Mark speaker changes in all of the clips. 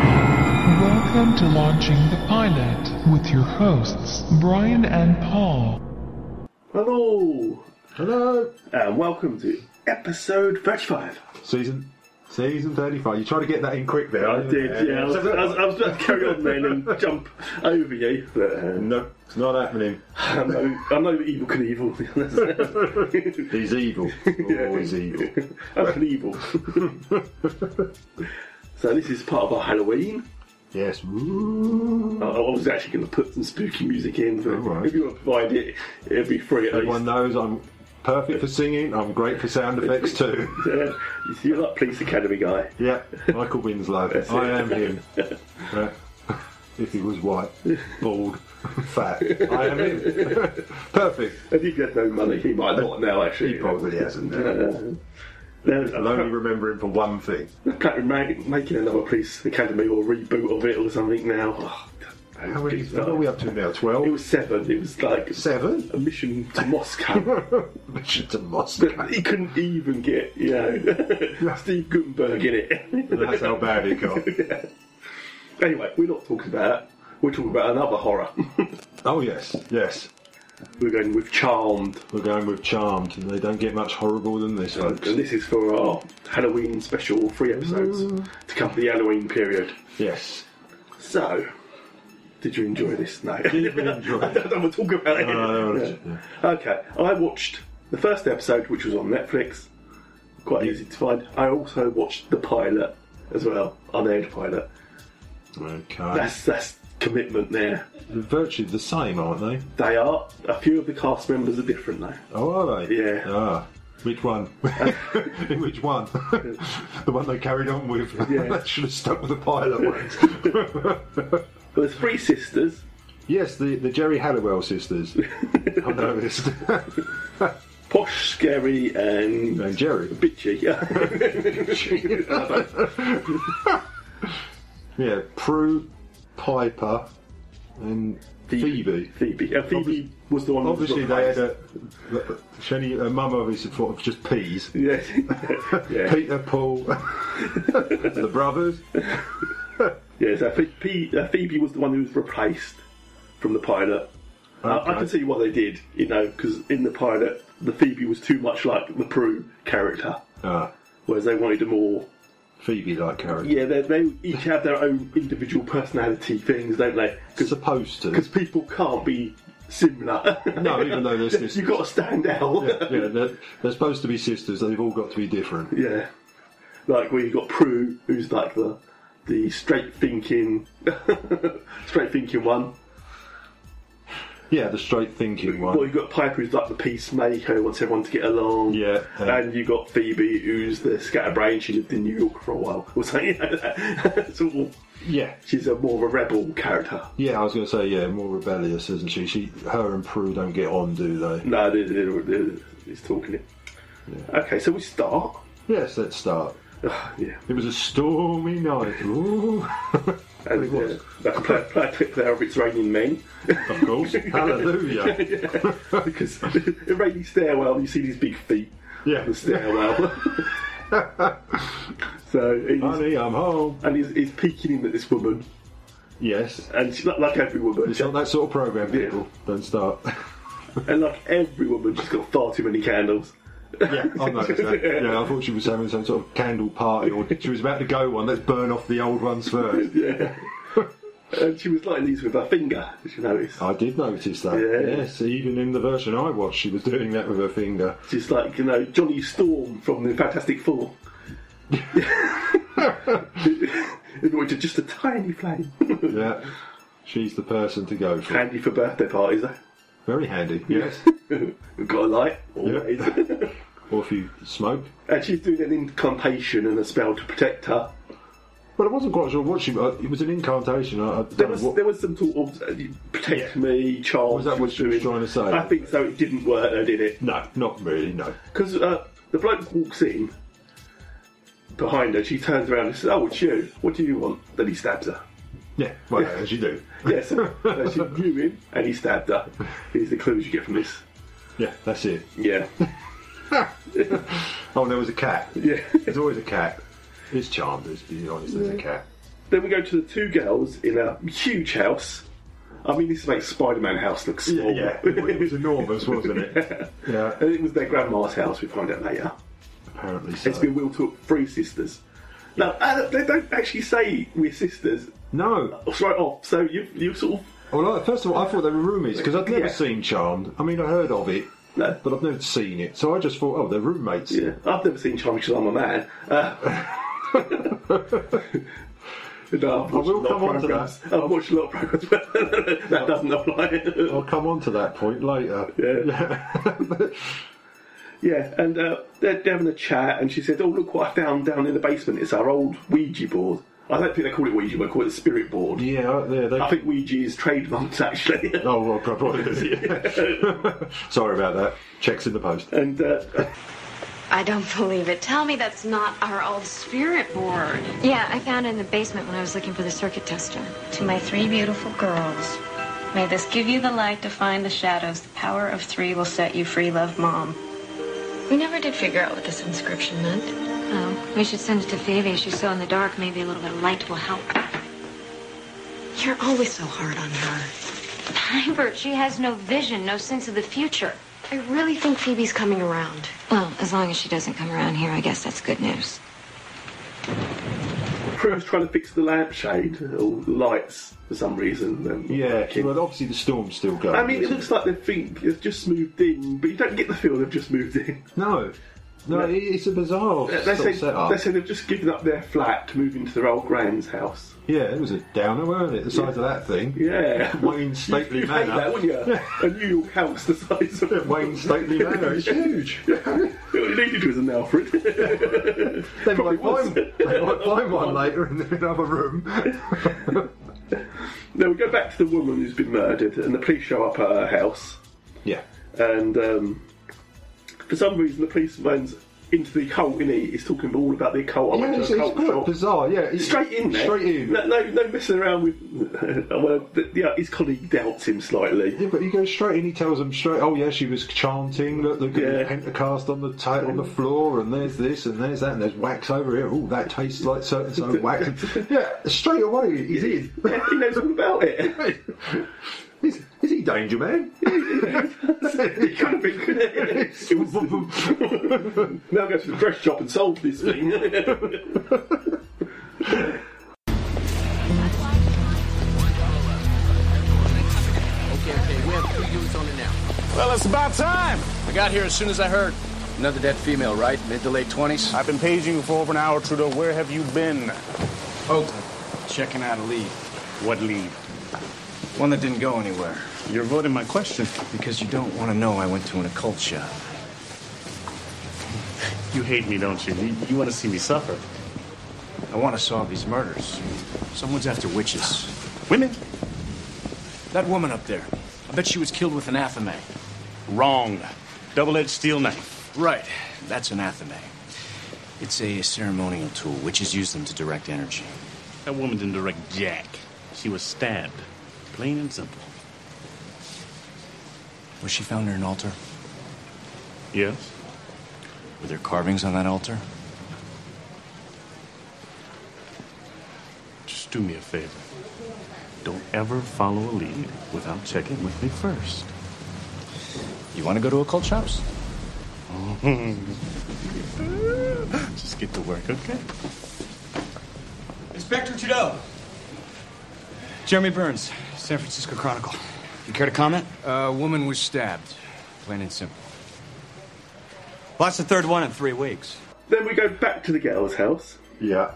Speaker 1: Welcome to Launching the Pilot with your hosts, Brian and Paul.
Speaker 2: Hello,
Speaker 3: Hello.
Speaker 2: and uh, welcome to episode 35.
Speaker 3: Season season thirty five. You tried to get that in quick there.
Speaker 2: I
Speaker 3: didn't
Speaker 2: did,
Speaker 3: you?
Speaker 2: yeah. I, was, I, was, I was about to carry on then and jump over you, but um,
Speaker 3: No, it's not happening.
Speaker 2: I, know, I know that evil can evil.
Speaker 3: He's evil. Always evil.
Speaker 2: That's an evil. so this is part of our Halloween.
Speaker 3: Yes. Ooh.
Speaker 2: I, I was actually going to put some spooky music in, but
Speaker 3: Alright.
Speaker 2: if you want to provide it, it'll be free at
Speaker 3: Everyone
Speaker 2: least.
Speaker 3: knows I'm perfect for singing. I'm great for sound effects too.
Speaker 2: Yeah, Uh, you're that police academy guy.
Speaker 3: Yeah, Michael Winslow.
Speaker 2: That's it.
Speaker 3: I am him. Yeah. If he was white, bald, fat, I am him. Perfect.
Speaker 2: If he had no money, he might not now. Actually,
Speaker 3: He probably hasn't.
Speaker 2: Uh,
Speaker 3: I'll only remember him for one thing.
Speaker 2: Can't make, making another police academy or reboot of it or something now. Oh,
Speaker 3: How many?
Speaker 2: good
Speaker 3: What are we up to now? Twelve.
Speaker 2: it was seven. It was like
Speaker 3: Seven?
Speaker 2: a mission to Moscow.
Speaker 3: Mission to Moscow.
Speaker 2: he couldn't even get you know Steve Gutenberg in it.
Speaker 3: That's how bad it got.
Speaker 2: anyway, we're not talking about that. We're talking about another horror.
Speaker 3: Oh yes, yes.
Speaker 2: we're going with Charmed,
Speaker 3: We're going with Charmed, and they don't get much horrible than this, folks.
Speaker 2: and this is for our Halloween special, three episodes to cover the Halloween period.
Speaker 3: Yes.
Speaker 2: So, did you enjoy this? No.
Speaker 3: Did we enjoy
Speaker 2: I
Speaker 3: it?
Speaker 2: don't want to talk about it.
Speaker 3: No, I don't want to-
Speaker 2: Yeah. Okay, I watched the first episode, which was on Netflix. Quite easy to find. I also watched the pilot as well, unaired pilot.
Speaker 3: Okay.
Speaker 2: That's that's commitment there.
Speaker 3: They're virtually the same, aren't they?
Speaker 2: They are. A few of the cast members are different though.
Speaker 3: Oh, are they?
Speaker 2: Yeah.
Speaker 3: Ah. Which one? Which one? the one they carried on with.
Speaker 2: Yeah.
Speaker 3: that should have stuck with the pilot ones.
Speaker 2: But there's three sisters.
Speaker 3: yes, the, the Jerry Halliwell sisters. I noticed.
Speaker 2: Posh, scary, and
Speaker 3: and Jerry.
Speaker 2: bitchy. I don't-
Speaker 3: Yeah, Prue, Piper, and
Speaker 2: Phoebe.
Speaker 3: Phoebe.
Speaker 2: Phoebe. Uh, Phoebe was the one. that was
Speaker 3: Obviously, they
Speaker 2: replaced.
Speaker 3: had a. Shani, her uh, mum obviously thought of just peas.
Speaker 2: Yes. yeah.
Speaker 3: Peter, Paul, the brothers.
Speaker 2: Yeah, so Phe- Phe- uh, Phoebe was the one who was replaced from the pilot. Uh, I, I
Speaker 3: Okay.
Speaker 2: can see what they did, you know, because in the pilot, the Phoebe was too much like the Prue character,
Speaker 3: Ah,
Speaker 2: whereas they wanted a more.
Speaker 3: Phoebe like character.
Speaker 2: Yeah, they, they each have their own individual personality things, don't they?
Speaker 3: Supposed to.
Speaker 2: Because people can't be similar.
Speaker 3: No, even though there's this.
Speaker 2: You've got to stand out.
Speaker 3: yeah, yeah, they're, they're supposed to be sisters. They've all got to be different.
Speaker 2: Yeah. Like where you've got Prue, who's like the the straight thinking straight thinking one.
Speaker 3: Yeah, the straight thinking
Speaker 2: Well,
Speaker 3: one.
Speaker 2: you've got Piper, who's like the peacemaker, who wants everyone to get along.
Speaker 3: Yeah, yeah.
Speaker 2: And you've got Phoebe, who's the scatterbrain. She lived in New York for a while. Or something you know, that. sort of,
Speaker 3: Yeah,
Speaker 2: she's a more of a rebel character.
Speaker 3: yeah. I was going to say, yeah, more rebellious, isn't she? She, her, and Prue don't get on, do they?
Speaker 2: No, they- they- they- he's talking it. Okay, so we start.
Speaker 3: Yes, let's start.
Speaker 2: Ugh, yeah.
Speaker 3: It was a stormy night. Ooh.
Speaker 2: And
Speaker 3: It was.
Speaker 2: uh, I can play, play a clip there of It's Raining Men.
Speaker 3: of course. Hallelujah.
Speaker 2: because in Rainy Stairwell, you see these big feet.
Speaker 3: Yeah.
Speaker 2: on The stairwell. so he's,
Speaker 3: Honey, I'm home.
Speaker 2: and he's, he's peeking in at this woman.
Speaker 3: Yes.
Speaker 2: And she, like- like every woman,
Speaker 3: It's not that sort of program, people. Don't start.
Speaker 2: And like every woman, she's got far too many candles.
Speaker 3: Yeah, I noticed that. Yeah, I thought she was having some sort of candle party, or she was about to go one. Let's burn off the old ones first.
Speaker 2: Yeah. and she was lighting these with her finger, did you notice?
Speaker 3: I did notice that.
Speaker 2: Yeah.
Speaker 3: Yes, even in the version I watched, she was doing that with her finger.
Speaker 2: She's like, you know, Johnny Storm from the Fantastic Four. it was just a tiny flame.
Speaker 3: Yeah, she's the person to go for.
Speaker 2: Handy for birthday parties, though.
Speaker 3: Very handy. Yes.
Speaker 2: We've got a light, always.
Speaker 3: or if you smoke.
Speaker 2: and she's doing an incantation and a spell to protect her.
Speaker 3: Well, I wasn't quite sure what she. uh, It was an incantation. I, I
Speaker 2: There
Speaker 3: don't know
Speaker 2: was
Speaker 3: what.
Speaker 2: there was some sort of uh, protect me, child.
Speaker 3: Was that what she was trying to say?
Speaker 2: I think so. It didn't work, though, did it?
Speaker 3: No, not really. No.
Speaker 2: Because uh, the bloke walks in behind her. She turns around and says, "Oh, it's you. What do you want?" Then he stabs her.
Speaker 3: Yeah. Well, as you do.
Speaker 2: Yes, uh, she knew him, and he stabbed her. These are the clues you get from this.
Speaker 3: Yeah, that's it.
Speaker 2: Yeah,
Speaker 3: Oh, and there was a cat.
Speaker 2: yeah.
Speaker 3: There's always a cat. It's charmed. Let's be honest. There's a cat.
Speaker 2: then we go to the two girls in a huge house. I mean, this makes Spider-Man house look small.
Speaker 3: It was enormous, wasn't it? Yeah.
Speaker 2: And it was their grandma's house, we find out later.
Speaker 3: Apparently so.
Speaker 2: It's been Will Took Three Sisters. Now, uh, they don't actually say we're sisters
Speaker 3: No.
Speaker 2: straight off, so you, you sort of.
Speaker 3: Well, I- first of all, I thought they were roomies because I'd never
Speaker 2: Yeah.
Speaker 3: seen Charmed. I mean, I heard of it,
Speaker 2: No.
Speaker 3: but I've never seen it. So I just thought, oh, they're roommates.
Speaker 2: Yeah, I've never seen Charming because I'm a man. Uh, no, I've watched
Speaker 3: will
Speaker 2: a lot
Speaker 3: come on
Speaker 2: of
Speaker 3: to
Speaker 2: programmes. I've watched a lot of programs, but that doesn't apply.
Speaker 3: I'll come on to that point later.
Speaker 2: yeah, and uh, they're, they're having a chat, and she said, "Oh, look what I found down in the basement. It's our old Ouija board. I don't think they call it Ouija, board, they call it spirit board.
Speaker 3: yeah, yeah. They,
Speaker 2: I think Ouija is trademarked actually."
Speaker 3: Oh, well, probably. yeah. Sorry about that. Checks in the post.
Speaker 2: and uh,
Speaker 4: I don't believe it. Tell me that's not our old spirit board.
Speaker 5: Yeah, I found it in the basement when I was looking for the circuit tester.
Speaker 4: To my three beautiful girls, may this give you the light to find the shadows. The power of three will set you free, love, mom.
Speaker 5: We never did figure out what this inscription meant. Oh, we should send it to Fabi. She's so in the dark. Maybe a little bit of light will help. You're always so hard on her.
Speaker 6: Hubert, she has no vision, no sense of the future.
Speaker 5: I really think Phoebe's coming around. Well, as long as she doesn't come around here, I guess that's good news.
Speaker 2: Prue's trying to fix the lampshade or the lights for some reason. and-
Speaker 3: Yeah, well, obviously the storm's still going.
Speaker 2: I mean, it
Speaker 3: isn't
Speaker 2: looks like they think they've just moved in, but you don't get the feel they've just moved in.
Speaker 3: No. No, it- it's a bizarre
Speaker 2: They
Speaker 3: sort
Speaker 2: say,
Speaker 3: of setup.
Speaker 2: they say they've just given up their flat to move into their old grand's house.
Speaker 3: Yeah, it was a downer, wasn't it? The size of that thing.
Speaker 2: Yeah.
Speaker 3: Wayne Stately
Speaker 2: You'd hate that,
Speaker 3: Manor.
Speaker 2: wouldn't you? a New York house the size of
Speaker 3: Wayne Stately Manor. It's huge.
Speaker 2: All it needed was an Alfred.
Speaker 3: They
Speaker 2: Probably
Speaker 3: might, find,
Speaker 2: was.
Speaker 3: they might find one later in another room.
Speaker 2: now we go back to the woman who's been murdered, and the police show up at her house,
Speaker 3: yeah.
Speaker 2: and um, for some reason the policeman's into the occult, isn't he? He's talking all about the occult. I
Speaker 3: Yeah,
Speaker 2: went to
Speaker 3: it's,
Speaker 2: a
Speaker 3: it's
Speaker 2: cult
Speaker 3: quite
Speaker 2: shop.
Speaker 3: bizarre. Yeah, it's-
Speaker 2: Straight in there.
Speaker 3: Straight in.
Speaker 2: No, no, no messing around with. well, th- yeah, his colleague doubts him slightly.
Speaker 3: Yeah, but he goes straight in. He tells them straight. Oh yeah, she was chanting. Look, look
Speaker 2: Yeah.
Speaker 3: at the Pentecost on the ta- on the floor, and there's this, and there's that, and there's wax over here. Oh, that tastes like so and so wax. Yeah, straight away he's in.
Speaker 2: Yeah, he knows all about it.
Speaker 3: is, is he Danger Man?
Speaker 2: He could have been. couldn't he? It was- now go to the dress shop and sold this thing.
Speaker 7: Okay, okay, we have two units on it now.
Speaker 8: Well, it's about time.
Speaker 7: I got here as soon as I heard. Another dead female, right? Mid to late 20s?
Speaker 8: I've been paging you for over an hour, Trudeau. Where have you been?
Speaker 7: Oakland. Checking out a lead.
Speaker 8: What lead?
Speaker 7: One that didn't go anywhere.
Speaker 8: You're avoiding my question.
Speaker 7: Because you don't want to know I went to an occult shop.
Speaker 8: You hate me, don't you? You, you want to see me suffer.
Speaker 7: I want to solve these murders. Someone's after witches.
Speaker 8: Women?
Speaker 7: That woman up there. I bet she was killed with an athame.
Speaker 8: Wrong. Double-edged steel knife.
Speaker 7: Right. That's an athame. It's a ceremonial tool. Witches use them to direct energy.
Speaker 8: That woman didn't direct Jack. She was stabbed. Plain and simple.
Speaker 7: Was she found near an altar?
Speaker 8: Yes?
Speaker 7: Were there carvings on that altar?
Speaker 8: Just do me a favor. Don't ever follow a lead without checking with me first.
Speaker 7: You want to go to occult shops?
Speaker 8: Just get to work, okay?
Speaker 7: Inspector Trudeau. Jeremy Burns, San Francisco Chronicle. You care to comment? A woman was stabbed, plain and simple. Well, that's the third one in three weeks.
Speaker 2: then we go back to the girl's house.
Speaker 3: Yeah.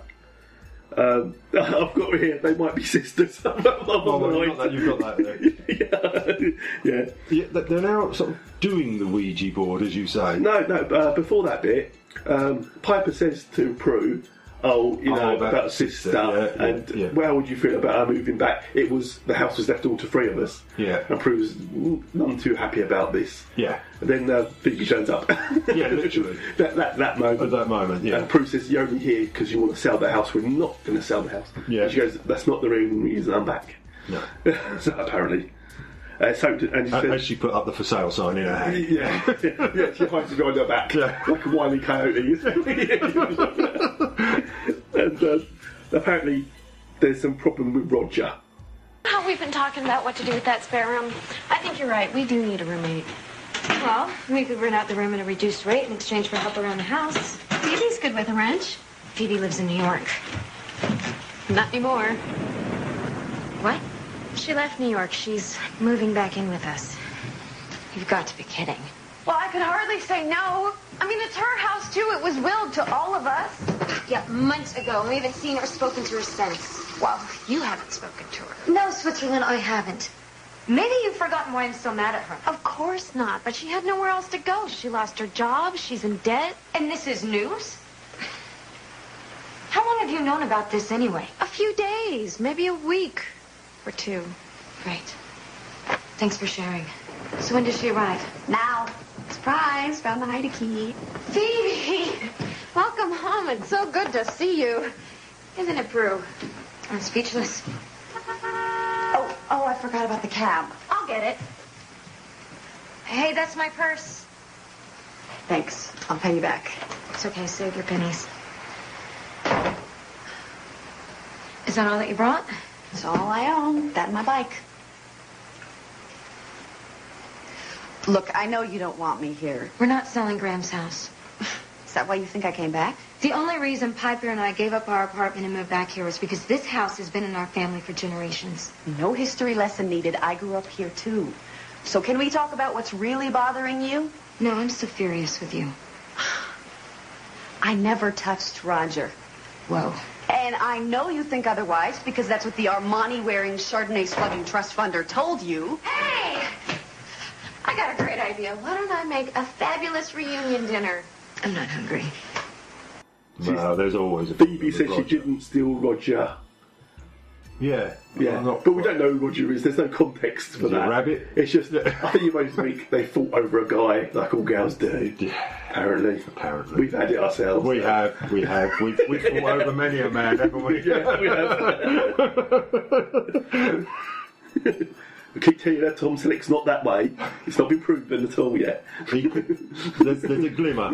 Speaker 2: Um, I've got here. They might be sisters. I'm
Speaker 3: Oh,
Speaker 2: Oh,
Speaker 3: you've got that. You've got that. There.
Speaker 2: that. yeah. yeah.
Speaker 3: Yeah, they- they're now sort of doing the Ouija board, as you say.
Speaker 2: No, no. Uh, before that bit, um, Piper says to Prue, oh, you know,
Speaker 3: Oh,
Speaker 2: about,
Speaker 3: about
Speaker 2: the sister,
Speaker 3: sister, yeah,
Speaker 2: and
Speaker 3: yeah, yeah.
Speaker 2: where would you feel about her moving back? It was the house was left all to three of us.
Speaker 3: Yeah.
Speaker 2: and Prue was none too happy about this.
Speaker 3: Yeah.
Speaker 2: and then uh, Vicky turns up.
Speaker 3: Yeah, literally.
Speaker 2: that, that that moment.
Speaker 3: At that moment, yeah.
Speaker 2: And Prue says, "You're only here because you want to sell the house. We're not going to sell the house."
Speaker 3: Yeah.
Speaker 2: And she goes, "That's not the reason reason I'm back."
Speaker 3: No.
Speaker 2: so apparently, uh, so and she
Speaker 3: A- As
Speaker 2: says,
Speaker 3: she put up the for sale sign in her hand.
Speaker 2: yeah, yeah, she hides it behind her back
Speaker 3: Yeah.
Speaker 2: like a wily coyote. and uh, apparently, there's some problem with Roger.
Speaker 5: Oh, we've been talking about what to do with that spare room. I think you're right. We do need a roommate.
Speaker 6: Well, we could rent out the room at a reduced rate in exchange for help around the house.
Speaker 5: Phoebe's good with a wrench.
Speaker 6: Phoebe lives in New York.
Speaker 5: Not anymore.
Speaker 6: What? She left New York. She's moving back in with us. You've got to be kidding.
Speaker 5: Well, I could hardly say no. I mean, it's her house, too. It was willed to all of us.
Speaker 6: Yeah, months ago. and We haven't seen or spoken to her since.
Speaker 5: Well, you haven't spoken to her.
Speaker 6: No, Switzerland, I haven't. Maybe you've forgotten why I'm so mad at her.
Speaker 5: Of course not, but she had nowhere else to go. She lost her job. She's in debt.
Speaker 6: And this is news? How long have you known about this anyway?
Speaker 5: A few days, maybe a week or two.
Speaker 6: Right. Thanks for sharing. So when does she arrive?
Speaker 5: Now, surprise, found the hide key. Phoebe! Welcome home. It's so good to see you. Isn't it, Prue?
Speaker 6: I'm speechless.
Speaker 5: Oh, oh, I forgot about the cab. I'll get it.
Speaker 6: Hey, that's my purse.
Speaker 5: Thanks. I'll pay you back.
Speaker 6: It's okay. Save your pennies. Is that all that you brought?
Speaker 5: It's all I own. That and my bike. Look, I know you don't want me here.
Speaker 6: We're not selling Graham's house.
Speaker 5: Is that why you think I came back?
Speaker 6: The only reason Piper and I gave up our apartment and moved back here was because this house has been in our family for generations.
Speaker 5: No history lesson needed. I grew up here too. So can we talk about what's really bothering you?
Speaker 6: No, I'm so furious with you.
Speaker 5: I never touched Roger.
Speaker 6: Whoa.
Speaker 5: And I know you think otherwise because that's what the Armani-wearing, Chardonnay-slugging trust funder told you.
Speaker 6: Hey! I got a great idea. Why don't I make a fabulous reunion dinner? I'm not hungry.
Speaker 3: No, there's always a
Speaker 2: Phoebe
Speaker 3: problem
Speaker 2: said
Speaker 3: with
Speaker 2: she
Speaker 3: Roger.
Speaker 2: didn't steal Roger.
Speaker 3: Yeah,
Speaker 2: Yeah,
Speaker 3: I'm not-
Speaker 2: but we don't know who Roger is. There's no context for
Speaker 3: Is he a
Speaker 2: that.
Speaker 3: rabbit?
Speaker 2: It's just I think you most week they fought over a guy like all gals do.
Speaker 3: Yeah.
Speaker 2: Apparently,
Speaker 3: Apparently.
Speaker 2: we've had it ourselves.
Speaker 3: We have, we have, we've, we've fought over many a man, haven't we?
Speaker 2: Yeah, we have. I keep telling you that Tom Selleck's not that way. It's not been proven at all yet.
Speaker 3: He- there's, there's a glimmer.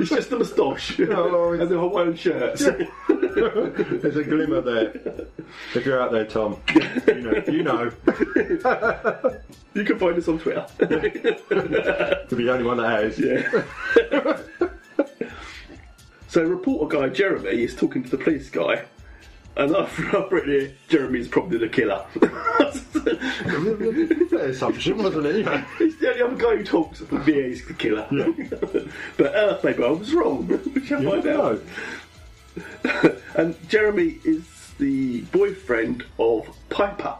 Speaker 2: It's just the moustache
Speaker 3: no, it's-
Speaker 2: and the Hawaiian shirts.
Speaker 3: There's a glimmer there. If you're out there, Tom, you know, you know
Speaker 2: You can find us on Twitter.
Speaker 3: to be the only one that has.
Speaker 2: so, reporter guy Jeremy is talking to the police guy, and I've, I've written here Jeremy's probably the killer.
Speaker 3: Fair assumption, wasn't it? Yeah.
Speaker 2: He's the only other guy who talks. Yeah, he's the killer. but uh, maybe I was wrong. We shall
Speaker 3: You
Speaker 2: find
Speaker 3: know.
Speaker 2: out. And Jeremy is the boyfriend of Piper.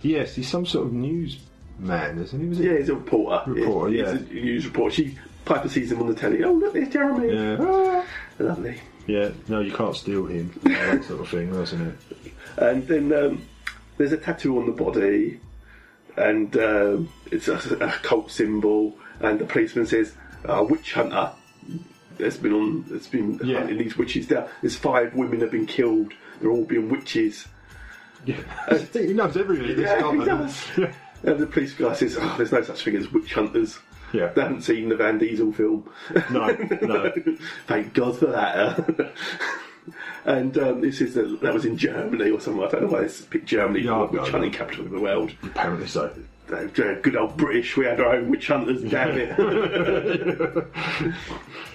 Speaker 3: Yes, he's some sort of newsman, isn't he? Was he?
Speaker 2: Yeah, he's a reporter.
Speaker 3: Reporter,
Speaker 2: He's-
Speaker 3: yeah.
Speaker 2: he's a news reporter. She Piper sees him on the telly. Oh, look, there's Jeremy.
Speaker 3: Yeah. Ah.
Speaker 2: Lovely.
Speaker 3: Yeah, no, you can't steal him. That sort of thing, wasn't it?
Speaker 2: And then um, there's a tattoo on the body, and um, it's a, a cult symbol. And the policeman says, uh, "Witch hunter." There's been on. There's been
Speaker 3: Yeah.
Speaker 2: hunting these witches. There, there's five women have been killed. They're all being witches.
Speaker 3: Yeah. he knows everything. this
Speaker 2: Yeah, he
Speaker 3: guy.
Speaker 2: does.
Speaker 3: Yeah.
Speaker 2: And the police guy says, "Oh, there's no such thing as witch hunters."
Speaker 3: Yeah.
Speaker 2: They haven't seen the Van Diesel film.
Speaker 3: No, no.
Speaker 2: Thank God for that. huh? and um, this is that that was in Germany or somewhere. I don't know why they picked Germany,
Speaker 3: Yeah,
Speaker 2: which
Speaker 3: no,
Speaker 2: hunting
Speaker 3: no.
Speaker 2: capital of the world.
Speaker 3: Apparently so.
Speaker 2: Uh, Good old British, we had our own witch hunters, damn it.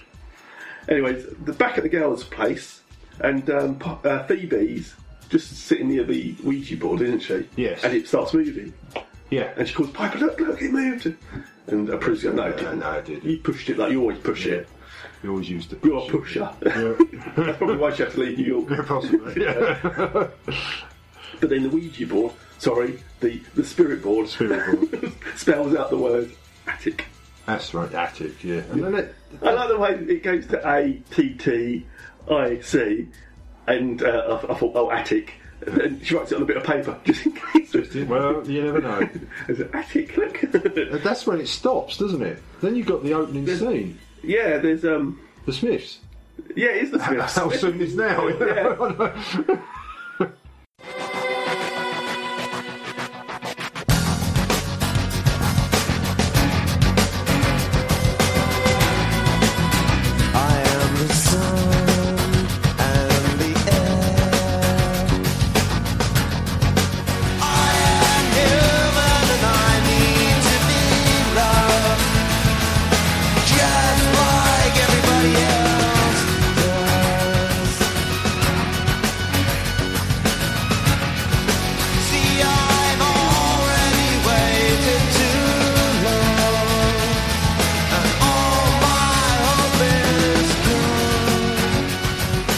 Speaker 2: Anyways, the back at the girls' place, and um, P- uh, Phoebe's just sitting near the Ouija board, isn't she?
Speaker 3: Yes.
Speaker 2: And it starts moving.
Speaker 3: Yeah.
Speaker 2: And she calls Piper, look, look, it moved. And uh, Prue's going, no, it didn't.
Speaker 3: no, it didn't.
Speaker 2: You pushed it like you always push it.
Speaker 3: He always used to.
Speaker 2: You're a pusher. That's probably why she had to leave New York.
Speaker 3: Yeah, possibly.
Speaker 2: But then the Ouija board, sorry, the, the spirit board,
Speaker 3: Spirit
Speaker 2: board. spells out the word attic.
Speaker 3: That's right, attic, yeah. And then it,
Speaker 2: I like the way it goes to A T T I C, and uh, I, I thought, oh, attic. And she writes it on a bit of paper, just in case.
Speaker 3: Well, you never know.
Speaker 2: I said, attic, look.
Speaker 3: And That's when it stops, doesn't it? Then you've got the opening scene,
Speaker 2: yeah, there's um,
Speaker 3: the Smiths.
Speaker 2: yeah, it is the Smiths.
Speaker 3: How soon is now?
Speaker 9: I am the sun and the air. I am human and I need to be loved, just like everybody else does. See, I've already waited too long. All my hope is gone.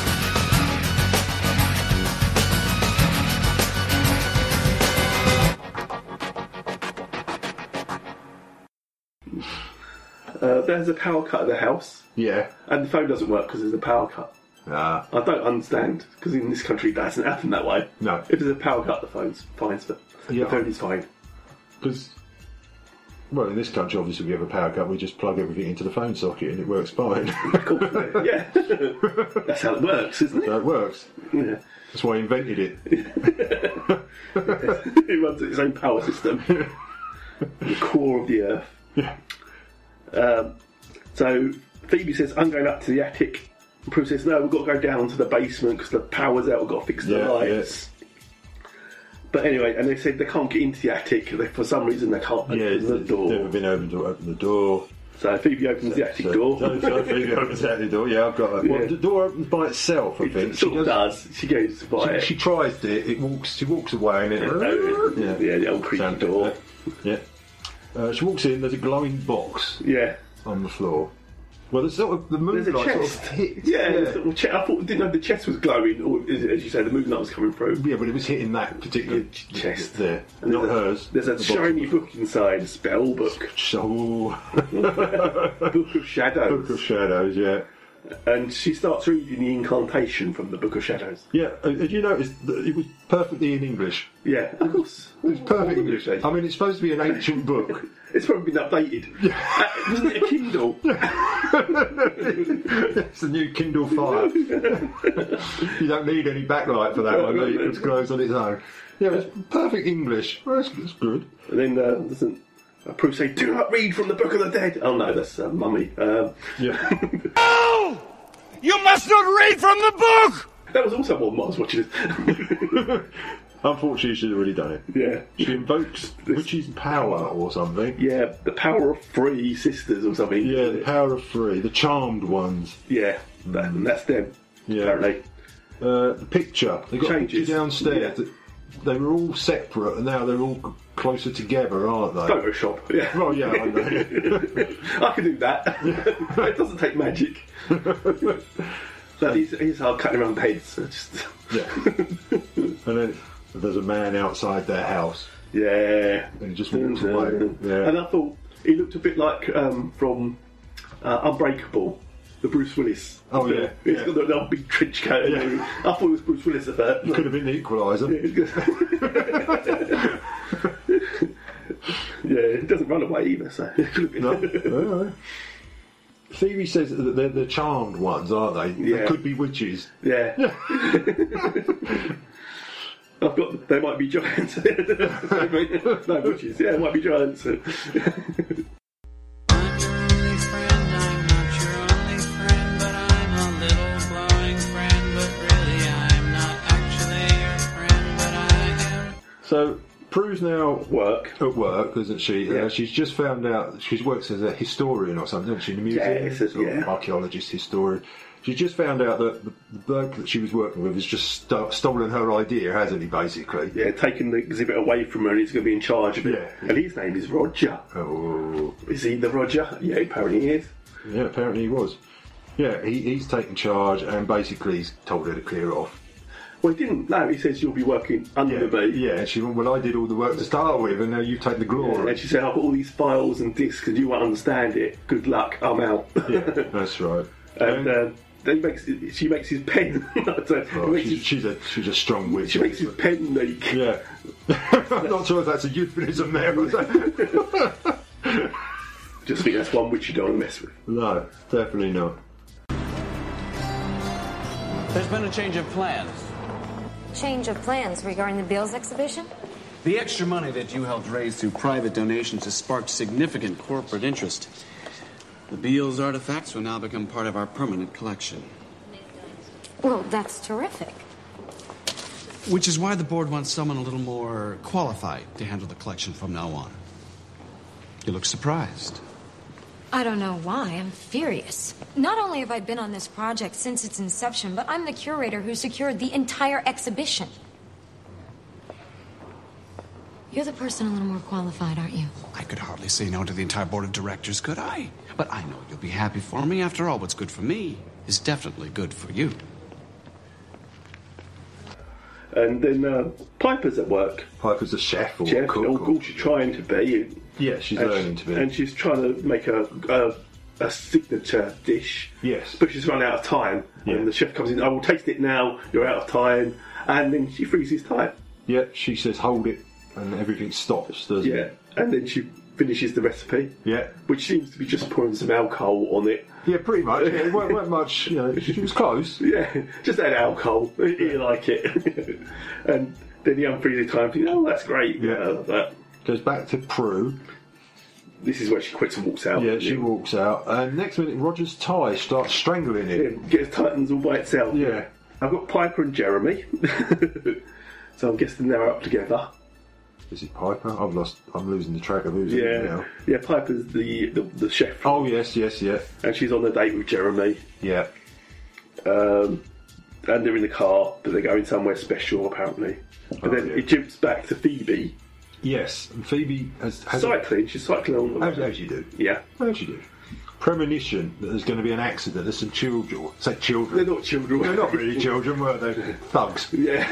Speaker 2: Uh, there's a power cut at the house,
Speaker 3: yeah.
Speaker 2: and the phone doesn't work because there's a power cut.
Speaker 3: Ah,
Speaker 2: I don't understand because in this country that doesn't happen that way.
Speaker 3: No.
Speaker 2: If there's a power cut, the phone's fine. So
Speaker 3: Yeah.
Speaker 2: The phone is fine.
Speaker 3: because well, in this country, obviously, we have a power cut. We just plug everything into the phone socket and it works fine.
Speaker 2: Cool. yeah. That's how it works, isn't it?
Speaker 3: so it works.
Speaker 2: Yeah.
Speaker 3: That's why I invented it.
Speaker 2: it runs its own power system. the core of the earth.
Speaker 3: Yeah.
Speaker 2: Um, so Phoebe says, I'm going up to the attic. And Prue says, No, we've got to go down to the basement because the power's out. We've got to fix the
Speaker 3: Yeah,
Speaker 2: lights. But anyway, and they said they can't get into the attic. They, for some reason, they can't open
Speaker 3: Yeah, it's,
Speaker 2: the
Speaker 3: it's
Speaker 2: door.
Speaker 3: never been open to open the door.
Speaker 2: So Phoebe opens the attic door.
Speaker 3: So, so Phoebe opens out the door. Yeah, I've got that. Well,
Speaker 2: Yeah.
Speaker 3: the door opens by itself. I think
Speaker 2: It sort of
Speaker 3: does-
Speaker 2: does. She goes by
Speaker 3: She, she
Speaker 2: it.
Speaker 3: tries it. It walks. She walks away, and it.
Speaker 2: yeah. the old creaky
Speaker 3: Sound
Speaker 2: door.
Speaker 3: effect. Yeah. Uh, she walks in. There's a glowing box
Speaker 2: Yeah.
Speaker 3: on the floor. Well, there's sort of the
Speaker 2: There's a
Speaker 3: moonlight sort
Speaker 2: chest.
Speaker 3: of hits.
Speaker 2: Yeah, there's a little chest. I thought didn't know the chest was glowing, or is it, as you say, the moonlight was coming through.
Speaker 3: Yeah, but it was hitting that particular ch-
Speaker 2: Chest.
Speaker 3: there,
Speaker 2: And
Speaker 3: not
Speaker 2: there's a,
Speaker 3: hers.
Speaker 2: There's a
Speaker 3: The box.
Speaker 2: shiny book inside, a spell book,
Speaker 3: So,
Speaker 2: book of shadows,
Speaker 3: book of shadows. Yeah,
Speaker 2: and she starts reading the incantation from the book of shadows.
Speaker 3: yeah. uh, Did you notice that it was perfectly in English?
Speaker 2: Yeah, of course.
Speaker 3: It was perfect English.
Speaker 2: eh?
Speaker 3: I mean, it's supposed to be an ancient book.
Speaker 2: It's probably been updated. Uh, wasn't it a Kindle?
Speaker 3: it's the new Kindle Fire. you don't need any backlight for that one. do you? It glows on its own. Yeah, it's perfect English. Well, that's, that's good.
Speaker 2: And then uh, doesn't uh, Prue say, "Do not read from the book of the dead"? Oh no, that's uh, mummy. Um,
Speaker 3: Yeah.
Speaker 7: No! You must not read from the book!
Speaker 2: that was also one while I was watching it.
Speaker 3: Unfortunately, she's already done it.
Speaker 2: yeah.
Speaker 3: She invokes witch's power or something.
Speaker 2: Yeah, the power of three sisters or something.
Speaker 3: Yeah, the power of three, the charmed ones.
Speaker 2: Yeah, that, and that's them.
Speaker 3: Mm. Yeah.
Speaker 2: Apparently.
Speaker 3: Uh, the picture. They got a
Speaker 2: Changes.
Speaker 3: picture downstairs. They were all separate, and now they're all c- closer together, aren't they?
Speaker 2: Photoshop. Yeah.
Speaker 3: Well, yeah, I know.
Speaker 2: I can do that. it doesn't take magic. But he's, he's hard cutting around heads. so Just
Speaker 3: yeah. And then there's a man outside their house.
Speaker 2: yeah.
Speaker 3: And he just walks away. Yeah.
Speaker 2: And I thought he looked a bit like um, from uh, Unbreakable, the Bruce Willis.
Speaker 3: Oh, yeah,
Speaker 2: He's
Speaker 3: yeah.
Speaker 2: got the, the big trench coat. and
Speaker 3: Yeah.
Speaker 2: everything. I thought it was Bruce Willis at first.
Speaker 3: Could have been the equaliser.
Speaker 2: yeah, he doesn't run away either. So it could have been.
Speaker 3: No. All right. Phoebe says that they're the charmed ones, aren't they? They
Speaker 2: Yeah.
Speaker 3: could be witches.
Speaker 2: Yeah. I've got. They might be giants. no witches. Yeah, they might be giants.
Speaker 10: I'm your only friend, I'm not your only friend, but I'm a little glowing friend, but really I'm not actually your friend, but I am.
Speaker 3: So Prue's now
Speaker 2: Work.
Speaker 3: at work, isn't she?
Speaker 2: Yeah.
Speaker 3: Uh, she's just found out she works as a historian or something, doesn't she? In a
Speaker 2: Yeah,
Speaker 3: museum,
Speaker 2: it's a-
Speaker 3: sort of
Speaker 2: yeah.
Speaker 3: archaeologist, historian. She's just found out that the, the bloke that she was working with has just sto- stolen her idea, hasn't he? Basically.
Speaker 2: Yeah, taking the exhibit away from her, and he's going to be in charge of it.
Speaker 3: Yeah.
Speaker 2: And his name is Roger.
Speaker 3: Oh,
Speaker 2: Is he the Roger? Yeah, apparently he is.
Speaker 3: yeah. Apparently he was. Yeah, he, he's taken charge and basically he's told her to clear off.
Speaker 2: Well, he didn't. No, he says you'll be working under me.
Speaker 3: yeah. And she went, "Well, I did all the work to start with, and now you take the glory."
Speaker 2: And she said, I've got all these files and discs, and you won't understand it. Good luck. I'm out.
Speaker 3: that's right.
Speaker 2: And um, Then makes she makes his pen. so he
Speaker 3: Oh,
Speaker 2: makes
Speaker 3: she's, she's a she's a strong witch.
Speaker 2: She makes his pen ache.
Speaker 3: Yeah. I'm not sure if that's a euphemism there. Was
Speaker 2: Just think that's one which you don't want to mess with.
Speaker 3: No, definitely not.
Speaker 11: There's been a change of plans.
Speaker 6: Change of plans regarding the Beals exhibition?
Speaker 11: The extra money that you helped raise through private donations has sparked significant corporate interest. The Beals artifacts will now become part of our permanent collection.
Speaker 6: Well, that's terrific.
Speaker 11: Which is why the board wants someone a little more qualified to handle the collection from now on. You look surprised.
Speaker 6: I don't know why. I'm furious. Not only have I been on this project since its inception, but I'm the curator who secured the entire exhibition. You're the person a little more qualified, aren't you?
Speaker 11: I could hardly say no to the entire board of directors, could I? But I know you'll be happy for me. After all, what's good for me is definitely good for you.
Speaker 2: And then uh, Piper's at work.
Speaker 3: Piper's a chef or
Speaker 2: chef,
Speaker 3: cook
Speaker 2: or,
Speaker 3: or-
Speaker 2: cool, she's trying to be.
Speaker 3: Yeah, she's
Speaker 2: and
Speaker 3: learning to be.
Speaker 2: And she's trying to make a, a, a signature dish.
Speaker 3: Yes.
Speaker 2: But she's run out of time.
Speaker 3: Yeah.
Speaker 2: And the chef comes in, I will taste it now, you're out of time. And then she freezes time.
Speaker 3: Yeah, she says hold it, and everything stops, doesn't
Speaker 2: Yeah.
Speaker 3: it?
Speaker 2: And then she finishes the recipe.
Speaker 3: Yeah.
Speaker 2: Which seems to be just pouring some alcohol on it.
Speaker 3: Yeah, pretty much. Yeah, it weren't, weren't much. You know, she was close.
Speaker 2: Yeah, just add alcohol. You like it. and then the unfreezing time thing, oh, that's great. Yeah. I love that.
Speaker 3: Goes back to Prue.
Speaker 2: This is where she quits and walks out.
Speaker 3: Yeah, she walks out, and next minute Roger's tie starts strangling him.
Speaker 2: Gets Titans all by itself.
Speaker 3: Yeah.
Speaker 2: I've got Piper and Jeremy. so I'm guessing they're up together.
Speaker 3: Is it Piper? I've lost. I'm losing the track of who's in it
Speaker 2: Yeah.
Speaker 3: now.
Speaker 2: Yeah, Piper's the, the, the chef.
Speaker 3: Oh yes, yes, yeah,
Speaker 2: And she's on a date with Jeremy.
Speaker 3: yeah.
Speaker 2: Um, and they're in the car, but they're going somewhere special apparently. But then it jumps back to Phoebe.
Speaker 3: Yes, and Phoebe has, has
Speaker 2: cycling. She's cycling on the
Speaker 3: As, as you do.
Speaker 2: Yeah.
Speaker 3: As you do. Premonition that there's going to be an accident. There's some children. Say children.
Speaker 2: They're not children.
Speaker 3: They're not really children, were they? Thugs.
Speaker 2: Yeah.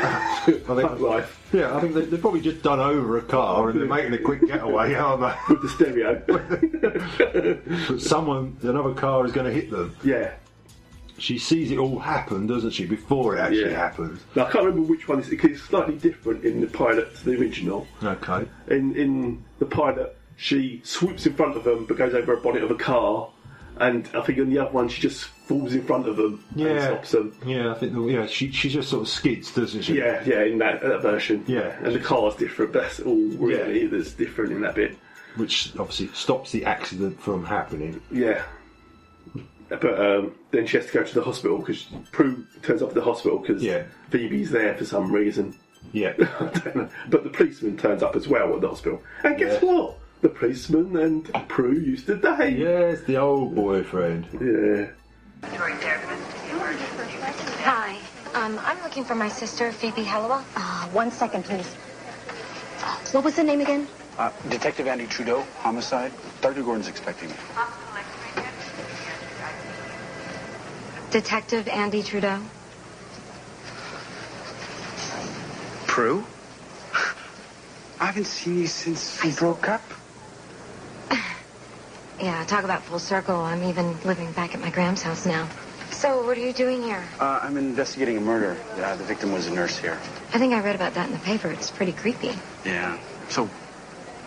Speaker 3: I think,
Speaker 2: life.
Speaker 3: Yeah, I think they, they've probably just done over a car and they're making a quick getaway, aren't they?
Speaker 2: With the stereo.
Speaker 3: But someone, another car is going to hit them.
Speaker 2: Yeah.
Speaker 3: She sees it all happen, doesn't she? Before it actually
Speaker 2: Yeah.
Speaker 3: happens.
Speaker 2: Now, I can't remember which one this is because it's slightly different in the pilot to the original.
Speaker 3: Okay.
Speaker 2: In in the pilot, she swoops in front of them but goes over a bonnet of a car, and I think in the other one she just falls in front of them and
Speaker 3: Yeah.
Speaker 2: stops them.
Speaker 3: Yeah, I think. The, yeah, she she just sort of skids, doesn't she?
Speaker 2: Yeah, yeah, in that, that version.
Speaker 3: Yeah.
Speaker 2: and the car's different. But that's all really that's different in that bit.
Speaker 3: Which obviously stops the accident from happening.
Speaker 2: Yeah. But um, then she has to go to the hospital because Prue turns up at the hospital because
Speaker 3: Yeah.
Speaker 2: Phoebe's there for some reason.
Speaker 3: Yeah.
Speaker 2: I don't know. But the policeman turns up as well at the hospital. And guess
Speaker 3: Yeah.
Speaker 2: what? The policeman and Prue used to date.
Speaker 3: Yes, the old boyfriend.
Speaker 2: Yeah.
Speaker 6: Hi. Um, I'm looking for my sister, Phoebe Hallowell.
Speaker 12: Ah, one second, please. What was the name again?
Speaker 13: Uh, Detective Andy Trudeau, homicide. Dr. Gordon's expecting you.
Speaker 6: Detective Andy Trudeau.
Speaker 13: Prue? I haven't seen you since we broke up.
Speaker 6: Yeah, talk about full circle. I'm even living back at my Graham's house now. So, what are you doing here?
Speaker 13: Uh, I'm investigating a murder. Uh, the victim was a nurse here.
Speaker 6: I think I read about that in the paper. It's pretty creepy.
Speaker 13: Yeah. So,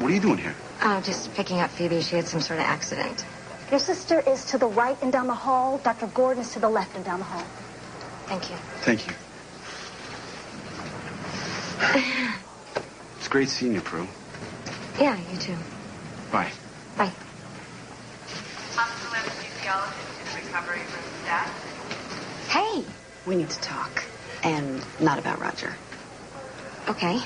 Speaker 13: what are you doing here?
Speaker 6: Oh, just picking up Phoebe. She had some sort of accident.
Speaker 12: Your sister is to the right and down the hall. Dr. Gordon is to the left and down the hall.
Speaker 6: Thank you.
Speaker 13: Thank you. It's great seeing you, Prue.
Speaker 6: Yeah, you too.
Speaker 13: Bye.
Speaker 6: Bye.
Speaker 14: Hospital anesthesiologist in the recovery room stat.
Speaker 12: Hey! We need to talk. And not about Roger.
Speaker 6: Okay.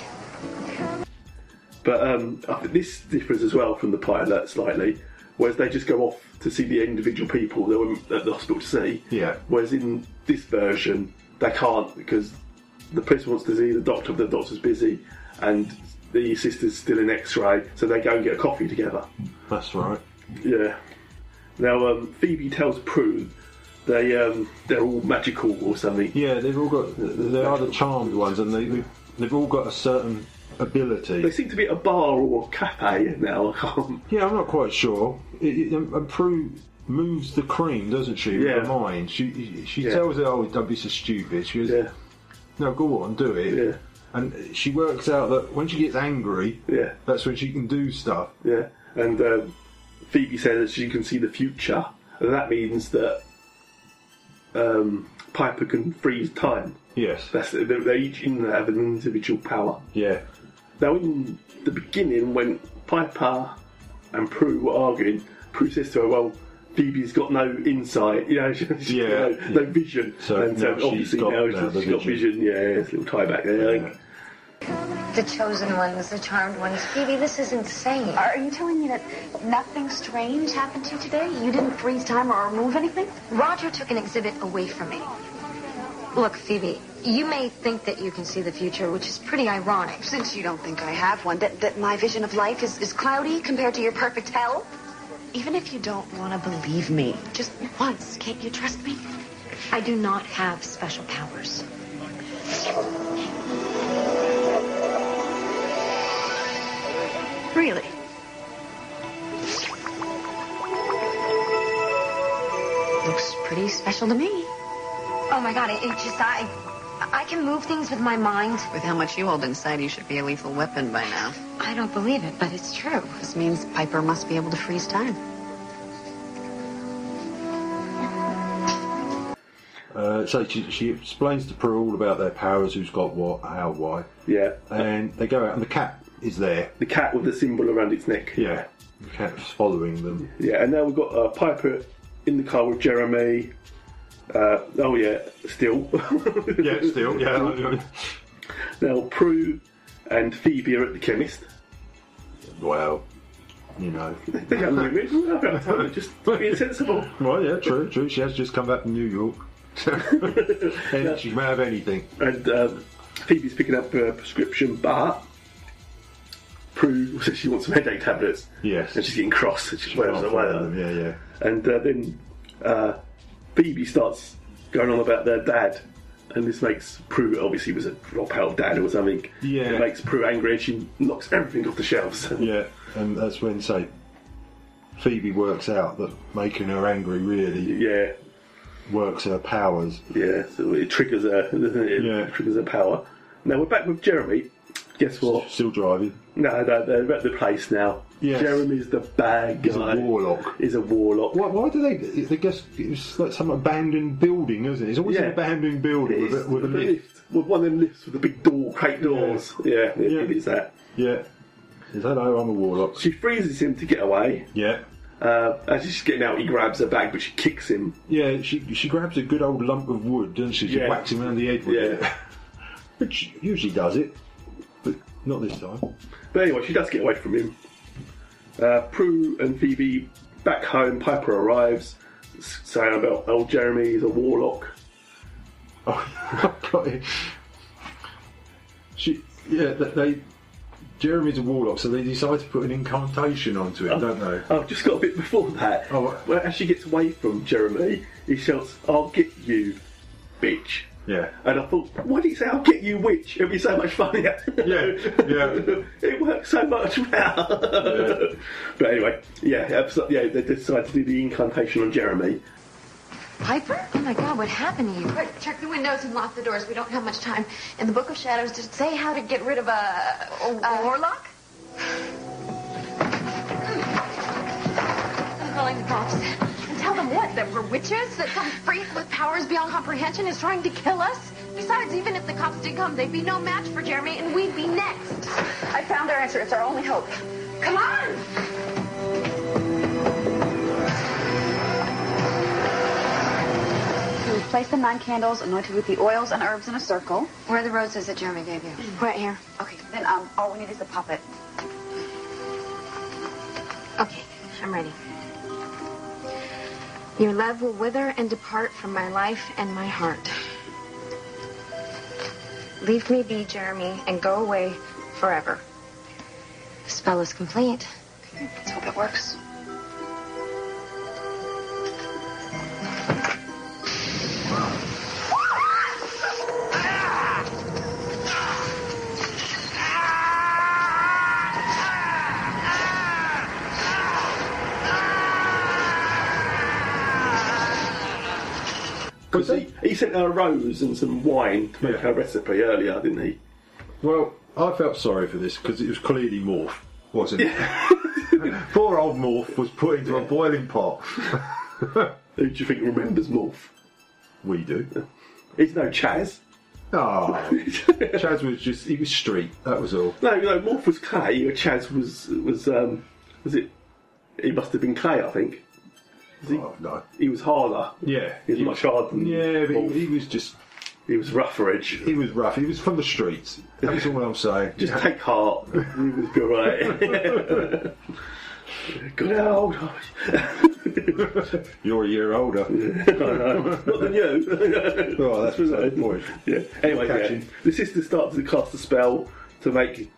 Speaker 2: But um, I think this differs as well from the pilot slightly, whereas they just go off to see the individual people they were at the hospital to see.
Speaker 3: Yeah.
Speaker 2: Whereas in this version, they can't because the police wants to see the doctor, but the doctor's busy, and the sister's still in X-ray, so they go and get a coffee together.
Speaker 3: That's right.
Speaker 2: Yeah. Now um, Phoebe tells Prue they um, they're all magical or something.
Speaker 3: Yeah, they've all got. They are the charmed ones, and they they've all got a certain ability.
Speaker 2: They seem to be at a bar or a cafe now. I can't.
Speaker 3: Yeah, I'm not quite sure. It, it, um, and Prue moves the cream, doesn't she? with
Speaker 2: Yeah.
Speaker 3: Her mind. She she
Speaker 2: Yeah.
Speaker 3: tells her, "Oh, don't be so stupid." She goes, "No, go on, do it."
Speaker 2: Yeah.
Speaker 3: And she works out that when she gets angry,
Speaker 2: Yeah.
Speaker 3: that's when she can do stuff.
Speaker 2: Yeah, and um, Phoebe says that she can see the future, and that means that um, Piper can freeze time.
Speaker 3: Yes.
Speaker 2: That's they, they each in- have an individual power.
Speaker 3: Yeah.
Speaker 2: Now, in the beginning, when Piper and Prue were arguing, Prue says to her, "Well." Phoebe's got no insight, you know, she, she-
Speaker 3: Yeah,
Speaker 2: no,
Speaker 3: yeah.
Speaker 2: no vision.
Speaker 3: So
Speaker 2: and
Speaker 3: now
Speaker 2: so
Speaker 3: she's
Speaker 2: obviously
Speaker 3: got
Speaker 2: now
Speaker 3: now
Speaker 2: she's
Speaker 3: the
Speaker 2: got
Speaker 3: vision.
Speaker 2: vision. Yeah, it's a little tie back there. I think.
Speaker 12: The chosen ones, the charmed ones. Phoebe, this is insane. Are you telling me that nothing strange happened to you today? You didn't freeze time or remove anything?
Speaker 6: Roger took an exhibit away from me.
Speaker 12: Look, Phoebe, you may think that you can see the future, which is pretty ironic. Since you don't think I have one, that, that my vision of life is, is cloudy compared to your perfect hell? Even if you don't want to believe me, just once, can't you trust me?
Speaker 6: I do not have special powers.
Speaker 12: Really? Looks pretty special to me.
Speaker 6: Oh my god, it, it just I I can move things with my mind.
Speaker 5: With how much you hold inside, you should be a lethal weapon by now.
Speaker 6: I don't believe it, but it's true.
Speaker 12: This means Piper must be able to freeze time.
Speaker 3: Uh, so she, she explains to Prue all about their powers, who's got what, how, why.
Speaker 2: Yeah.
Speaker 3: And they go out, and the cat is there.
Speaker 2: The cat with the symbol around its neck.
Speaker 3: Yeah. The cat's following them.
Speaker 2: Yeah, and now we've got uh, Piper in the car with Jeremy. Uh, oh yeah, still.
Speaker 3: yeah, still. Yeah.
Speaker 2: now Prue and Phoebe are at the chemist.
Speaker 3: Well, you know.
Speaker 2: They got limit. Just being sensible.
Speaker 3: Well, yeah, true, true. She has just come back from New York. and she may have anything.
Speaker 2: And um, Phoebe's picking up a prescription, but Prue says she wants some headache tablets.
Speaker 3: Yes.
Speaker 2: And she's getting cross. And she's waves
Speaker 3: can't
Speaker 2: away.
Speaker 3: find them, yeah, yeah.
Speaker 2: And uh, then uh, Phoebe starts going on about their dad. And this makes Prue, obviously, was a dropout dad or something.
Speaker 3: Yeah.
Speaker 2: It makes Prue angry and she knocks everything off the shelves.
Speaker 3: Yeah, and that's when, say, Phoebe works out that making her angry really
Speaker 2: yeah.
Speaker 3: works her powers.
Speaker 2: Yeah, so it triggers her. doesn't It
Speaker 3: Yeah.
Speaker 2: triggers her power. Now we're back with Jeremy. Guess what?
Speaker 3: Still driving.
Speaker 2: No, no, they're at the place now.
Speaker 3: Yes.
Speaker 2: Jeremy's the bad guy.
Speaker 3: He's a warlock.
Speaker 2: He's a warlock.
Speaker 3: Why, why do they? They guess it's like some abandoned building, isn't it? It's always
Speaker 2: Yeah.
Speaker 3: an abandoned building with a, with a lift.
Speaker 2: With one of them lifts with the big door, crate doors. Yeah, it, it is that.
Speaker 3: Yeah. Is that how I'm a warlock?
Speaker 2: She freezes him to get away.
Speaker 3: Yeah.
Speaker 2: Uh, as she's getting out, he grabs her bag, but she kicks him.
Speaker 3: Yeah, she she grabs a good old lump of wood, doesn't she? She
Speaker 2: Yeah.
Speaker 3: whacks him around the head with it. Which usually does it, but not this time.
Speaker 2: But anyway, she does get away from him. Uh, Prue and Phoebe back home. Piper arrives, s- saying about old Jeremy is a warlock.
Speaker 3: Oh, I've got it. She, yeah, th- they. Jeremy's a warlock, so they decide to put an incantation onto him, don't they?
Speaker 2: I've Oh, just got a bit before that.
Speaker 3: Oh,
Speaker 2: Well, as she gets away from Jeremy, he shouts, I'll get you, bitch.
Speaker 3: yeah.
Speaker 2: And I thought, why did he say, I'll get you, witch? It'd be so much funnier.
Speaker 3: Yeah, yeah.
Speaker 2: it works so much better. but anyway, yeah, absolutely, yeah, they decide to do the incantation on Jeremy.
Speaker 5: Piper?
Speaker 6: Oh my god, what happened to you?
Speaker 5: Quick, check the windows and lock the doors. We don't have much time. In the Book of Shadows, did it say how to get rid of a, a warlock?
Speaker 6: I'm calling the cops.
Speaker 5: And tell them what? That we're witches? That some freak with powers beyond comprehension is trying to kill us? Besides, even if the cops did come, they'd be no match for Jeremy, and we'd be next. I found our answer. It's our only hope. Come on!
Speaker 12: You place the nine candles anointed with the oils and herbs in a circle. Where are the roses that Jeremy gave you? Right here. Okay, then um, all we need is a puppet.
Speaker 5: Okay, I'm ready. Your love will wither and depart from my life and my heart. Leave me be, Jeremy, and go away forever. Spell is complete. Let's hope it works.
Speaker 2: Because he, he sent her a rose and some wine to make her recipe earlier, didn't he?
Speaker 3: Well, I felt sorry for this because it was clearly Morph, wasn't it? Poor old Morph was put into a boiling pot.
Speaker 2: Who do you think remembers Morph?
Speaker 3: We do.
Speaker 2: He's no Chaz.
Speaker 3: Oh, Chaz was just, he was street, that was all.
Speaker 2: No, no, Morph was Clay. Chaz was was um, was it? He must have been Clay, I think. Was he?
Speaker 3: Oh, no.
Speaker 2: He was harder.
Speaker 3: Yeah.
Speaker 2: he was much harder. Than
Speaker 3: Yeah, but
Speaker 2: Morph.
Speaker 3: he, he was just,
Speaker 2: he was rougherage.
Speaker 3: he was rough. He was from the streets. That's all I'm saying.
Speaker 2: Just take heart. You will be alright. Good old.
Speaker 3: You're a year older.
Speaker 2: Not than you.
Speaker 3: Oh, that's beside the point.
Speaker 2: Yeah. Anyway, yeah.
Speaker 3: Catchy.
Speaker 2: the sister starts to cast a spell to make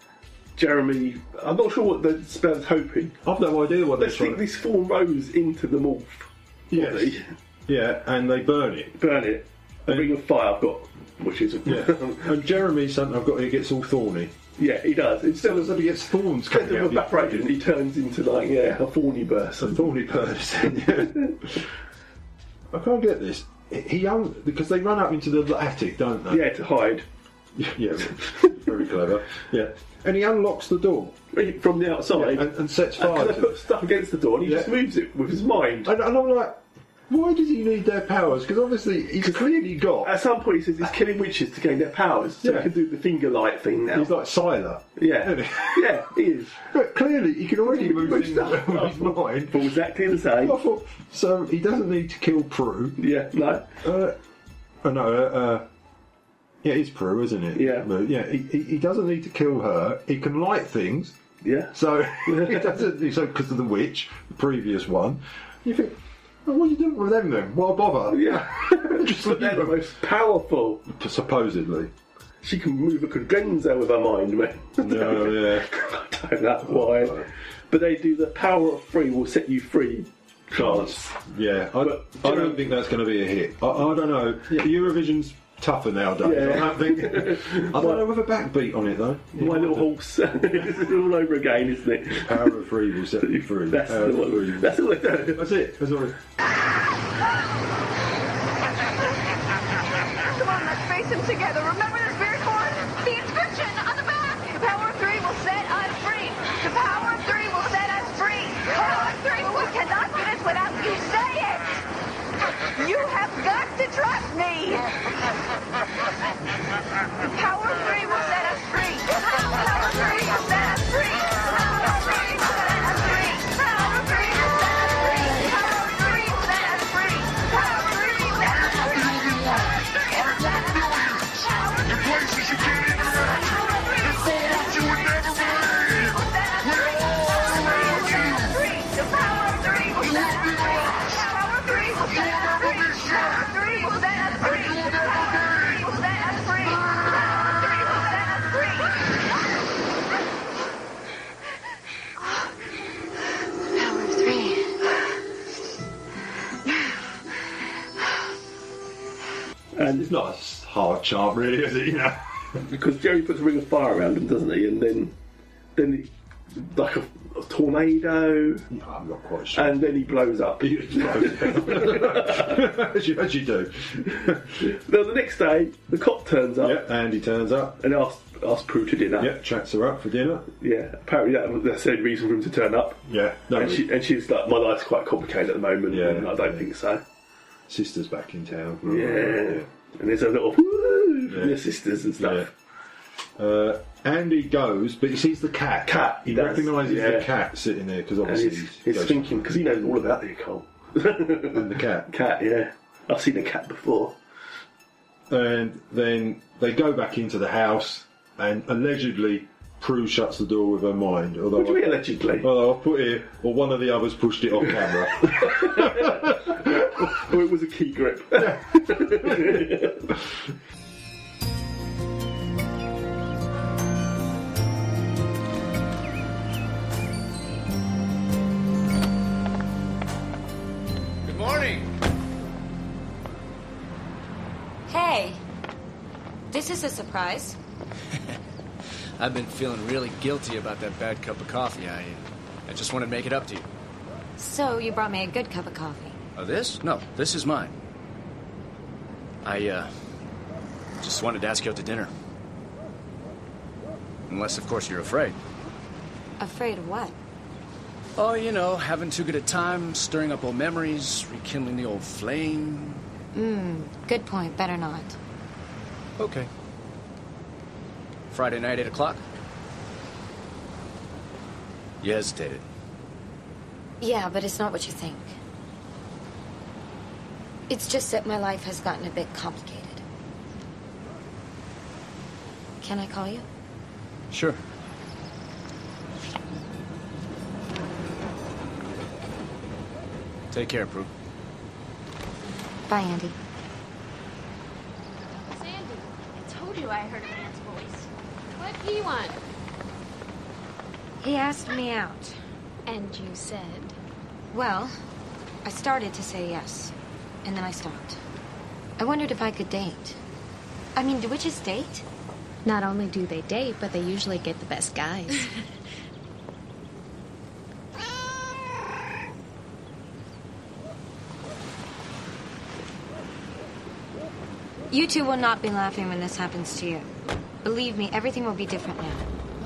Speaker 2: Jeremy. I'm not sure what the spell's hoping.
Speaker 3: I've no idea what
Speaker 2: they
Speaker 3: they're
Speaker 2: stick
Speaker 3: trying to-
Speaker 2: these four rows into the morph.
Speaker 3: Yes.
Speaker 2: body,
Speaker 3: Yeah, and they burn it.
Speaker 2: Burn it. A ring of fire. I've got, which is
Speaker 3: Yeah. and Jeremy, something I've got here, gets all thorny.
Speaker 2: yeah, he does. Instead of
Speaker 3: So he gets thorns
Speaker 2: instead
Speaker 3: coming
Speaker 2: of
Speaker 3: out.
Speaker 2: evaporating, he turns into like yeah a thorny person.
Speaker 3: Thorny person. yeah. I can't get this. He own because they run up into the attic, don't they?
Speaker 2: Yeah, to hide
Speaker 3: Yeah, very clever. Yeah, and he unlocks the door
Speaker 2: from the outside.
Speaker 3: and, and sets
Speaker 2: And
Speaker 3: fire
Speaker 2: they
Speaker 3: to it.
Speaker 2: put stuff against the door and he
Speaker 3: Yeah.
Speaker 2: just moves it with his mind.
Speaker 3: And, and I'm like, why does he need their powers? Because obviously he's clearly got.
Speaker 2: At some point, he says he's killing witches to gain their powers, so
Speaker 3: Yeah.
Speaker 2: he can do the finger light thing now.
Speaker 3: He's like Siler.
Speaker 2: yeah, yeah, he is.
Speaker 3: But clearly he can already move
Speaker 2: Moves
Speaker 3: things
Speaker 2: stuff.
Speaker 3: around with his mind.
Speaker 2: But exactly the
Speaker 3: I
Speaker 2: same.
Speaker 3: thought, so he doesn't need to kill Prue.
Speaker 2: Yeah, no.
Speaker 3: Uh, oh no, uh, uh, yeah, it's Prue, isn't it?
Speaker 2: Yeah.
Speaker 3: But, yeah, he, he he doesn't need to kill her. He can light things.
Speaker 2: Yeah.
Speaker 3: So he doesn't. So because of the witch, the previous one, you think, well, what are you doing with them then? Why bother?
Speaker 2: Yeah.
Speaker 3: Just
Speaker 2: but
Speaker 3: leave
Speaker 2: they're the
Speaker 3: them.
Speaker 2: most powerful.
Speaker 3: Supposedly.
Speaker 2: She can move a credenza with her mind, man.
Speaker 3: No, yeah.
Speaker 2: I don't know why. But they do the power of free will set you free chance.
Speaker 3: Yeah, I,
Speaker 2: But-
Speaker 3: I don't think that's going to be a hit. I, I don't know. Eurovision's tougher nowadays.
Speaker 2: Yeah.
Speaker 3: I don't think. I don't know with a backbeat on it though.
Speaker 2: My little horse. this is all over again, isn't it?
Speaker 3: Power of free will set you free.
Speaker 2: That's
Speaker 3: Power
Speaker 2: the
Speaker 3: of free
Speaker 2: one.
Speaker 3: will-
Speaker 2: That's all they do.
Speaker 3: That's it. That's all. it-
Speaker 5: Come on, let's face him together. Remember this very cord? The inscription on the back. The power of three will set us free. The power of three will set us free. The power of three. We cannot do this without you say it. You have got to trust me. The power of three will set us free. The power of three will set us free. The power of three will set us free. The power of three will set us free. The power of three will set us free. The power of three will set us free.
Speaker 12: Power of three.
Speaker 2: And
Speaker 3: It's not a s- hard chant, really, is it? You know.
Speaker 2: because Jerry puts a ring of fire around him, doesn't he? And then, then he, like a, a tornado,
Speaker 3: I'm not quite sure.
Speaker 2: and then he blows up.
Speaker 3: as, you, as you do.
Speaker 2: Now the next day, the cop turns up
Speaker 3: yeah, Andy turns up.
Speaker 2: and asks asks Prue to dinner.
Speaker 3: Yeah, chats her up for dinner.
Speaker 2: Yeah, apparently that was that's the only reason for him to turn up.
Speaker 3: Yeah, no,
Speaker 2: And, she, and she's like, my life's quite complicated at the moment,
Speaker 3: Yeah,
Speaker 2: and I don't
Speaker 3: yeah.
Speaker 2: think so.
Speaker 3: sister's back in town.
Speaker 2: Yeah. And there's a little woo from
Speaker 3: Yeah.
Speaker 2: the sisters and
Speaker 3: Yeah.
Speaker 2: stuff.
Speaker 3: Uh, Andy goes, but he sees the cat.
Speaker 2: Cat,
Speaker 3: He
Speaker 2: that's-
Speaker 3: recognises
Speaker 2: yeah.
Speaker 3: the cat sitting there because
Speaker 2: And
Speaker 3: obviously
Speaker 2: he's,
Speaker 3: he
Speaker 2: he's
Speaker 3: goes-
Speaker 2: thinking, because he knows all about the occult.
Speaker 3: and the cat.
Speaker 2: Cat, yeah. I've seen a cat before.
Speaker 3: And then they go back into the house, and allegedly Prue shuts the door with her mind. Although,
Speaker 2: What do you mean,
Speaker 3: I,
Speaker 2: allegedly?
Speaker 3: although I've put here, or one of the others pushed it off camera.
Speaker 2: Oh, it was a key grip.
Speaker 7: Good morning.
Speaker 6: Hey, this is a surprise.
Speaker 15: I've been feeling really guilty about that bad cup of coffee I ate. I just want to make it up to you.
Speaker 7: Uh,
Speaker 6: So you brought me a good cup of coffee.
Speaker 15: Oh, this? No, this is mine.
Speaker 7: I, uh, just wanted to ask you out to dinner. Unless, of course, you're afraid.
Speaker 12: Afraid of what?
Speaker 7: Oh, you know, having too good a time, stirring up old memories, rekindling the old flame.
Speaker 12: Mmm, good point. Better not.
Speaker 7: Okay. Friday night, 8 o'clock? You hesitated.
Speaker 12: Yeah, but it's not what you think. It's just that my life has gotten a bit complicated. Can I call you?
Speaker 7: Sure. Take care, Prue.
Speaker 12: Bye, Andy.
Speaker 16: Sandy, I told you I heard a man's voice. What he want?
Speaker 12: He asked me out.
Speaker 16: And you said,
Speaker 12: Well, I started to say yes, and then I stopped. I wondered if I could date. I mean, do witches date?
Speaker 16: not only do they date, but they usually get the best guys.
Speaker 12: You two will not be laughing when this happens to you. Believe me, everything will be different now.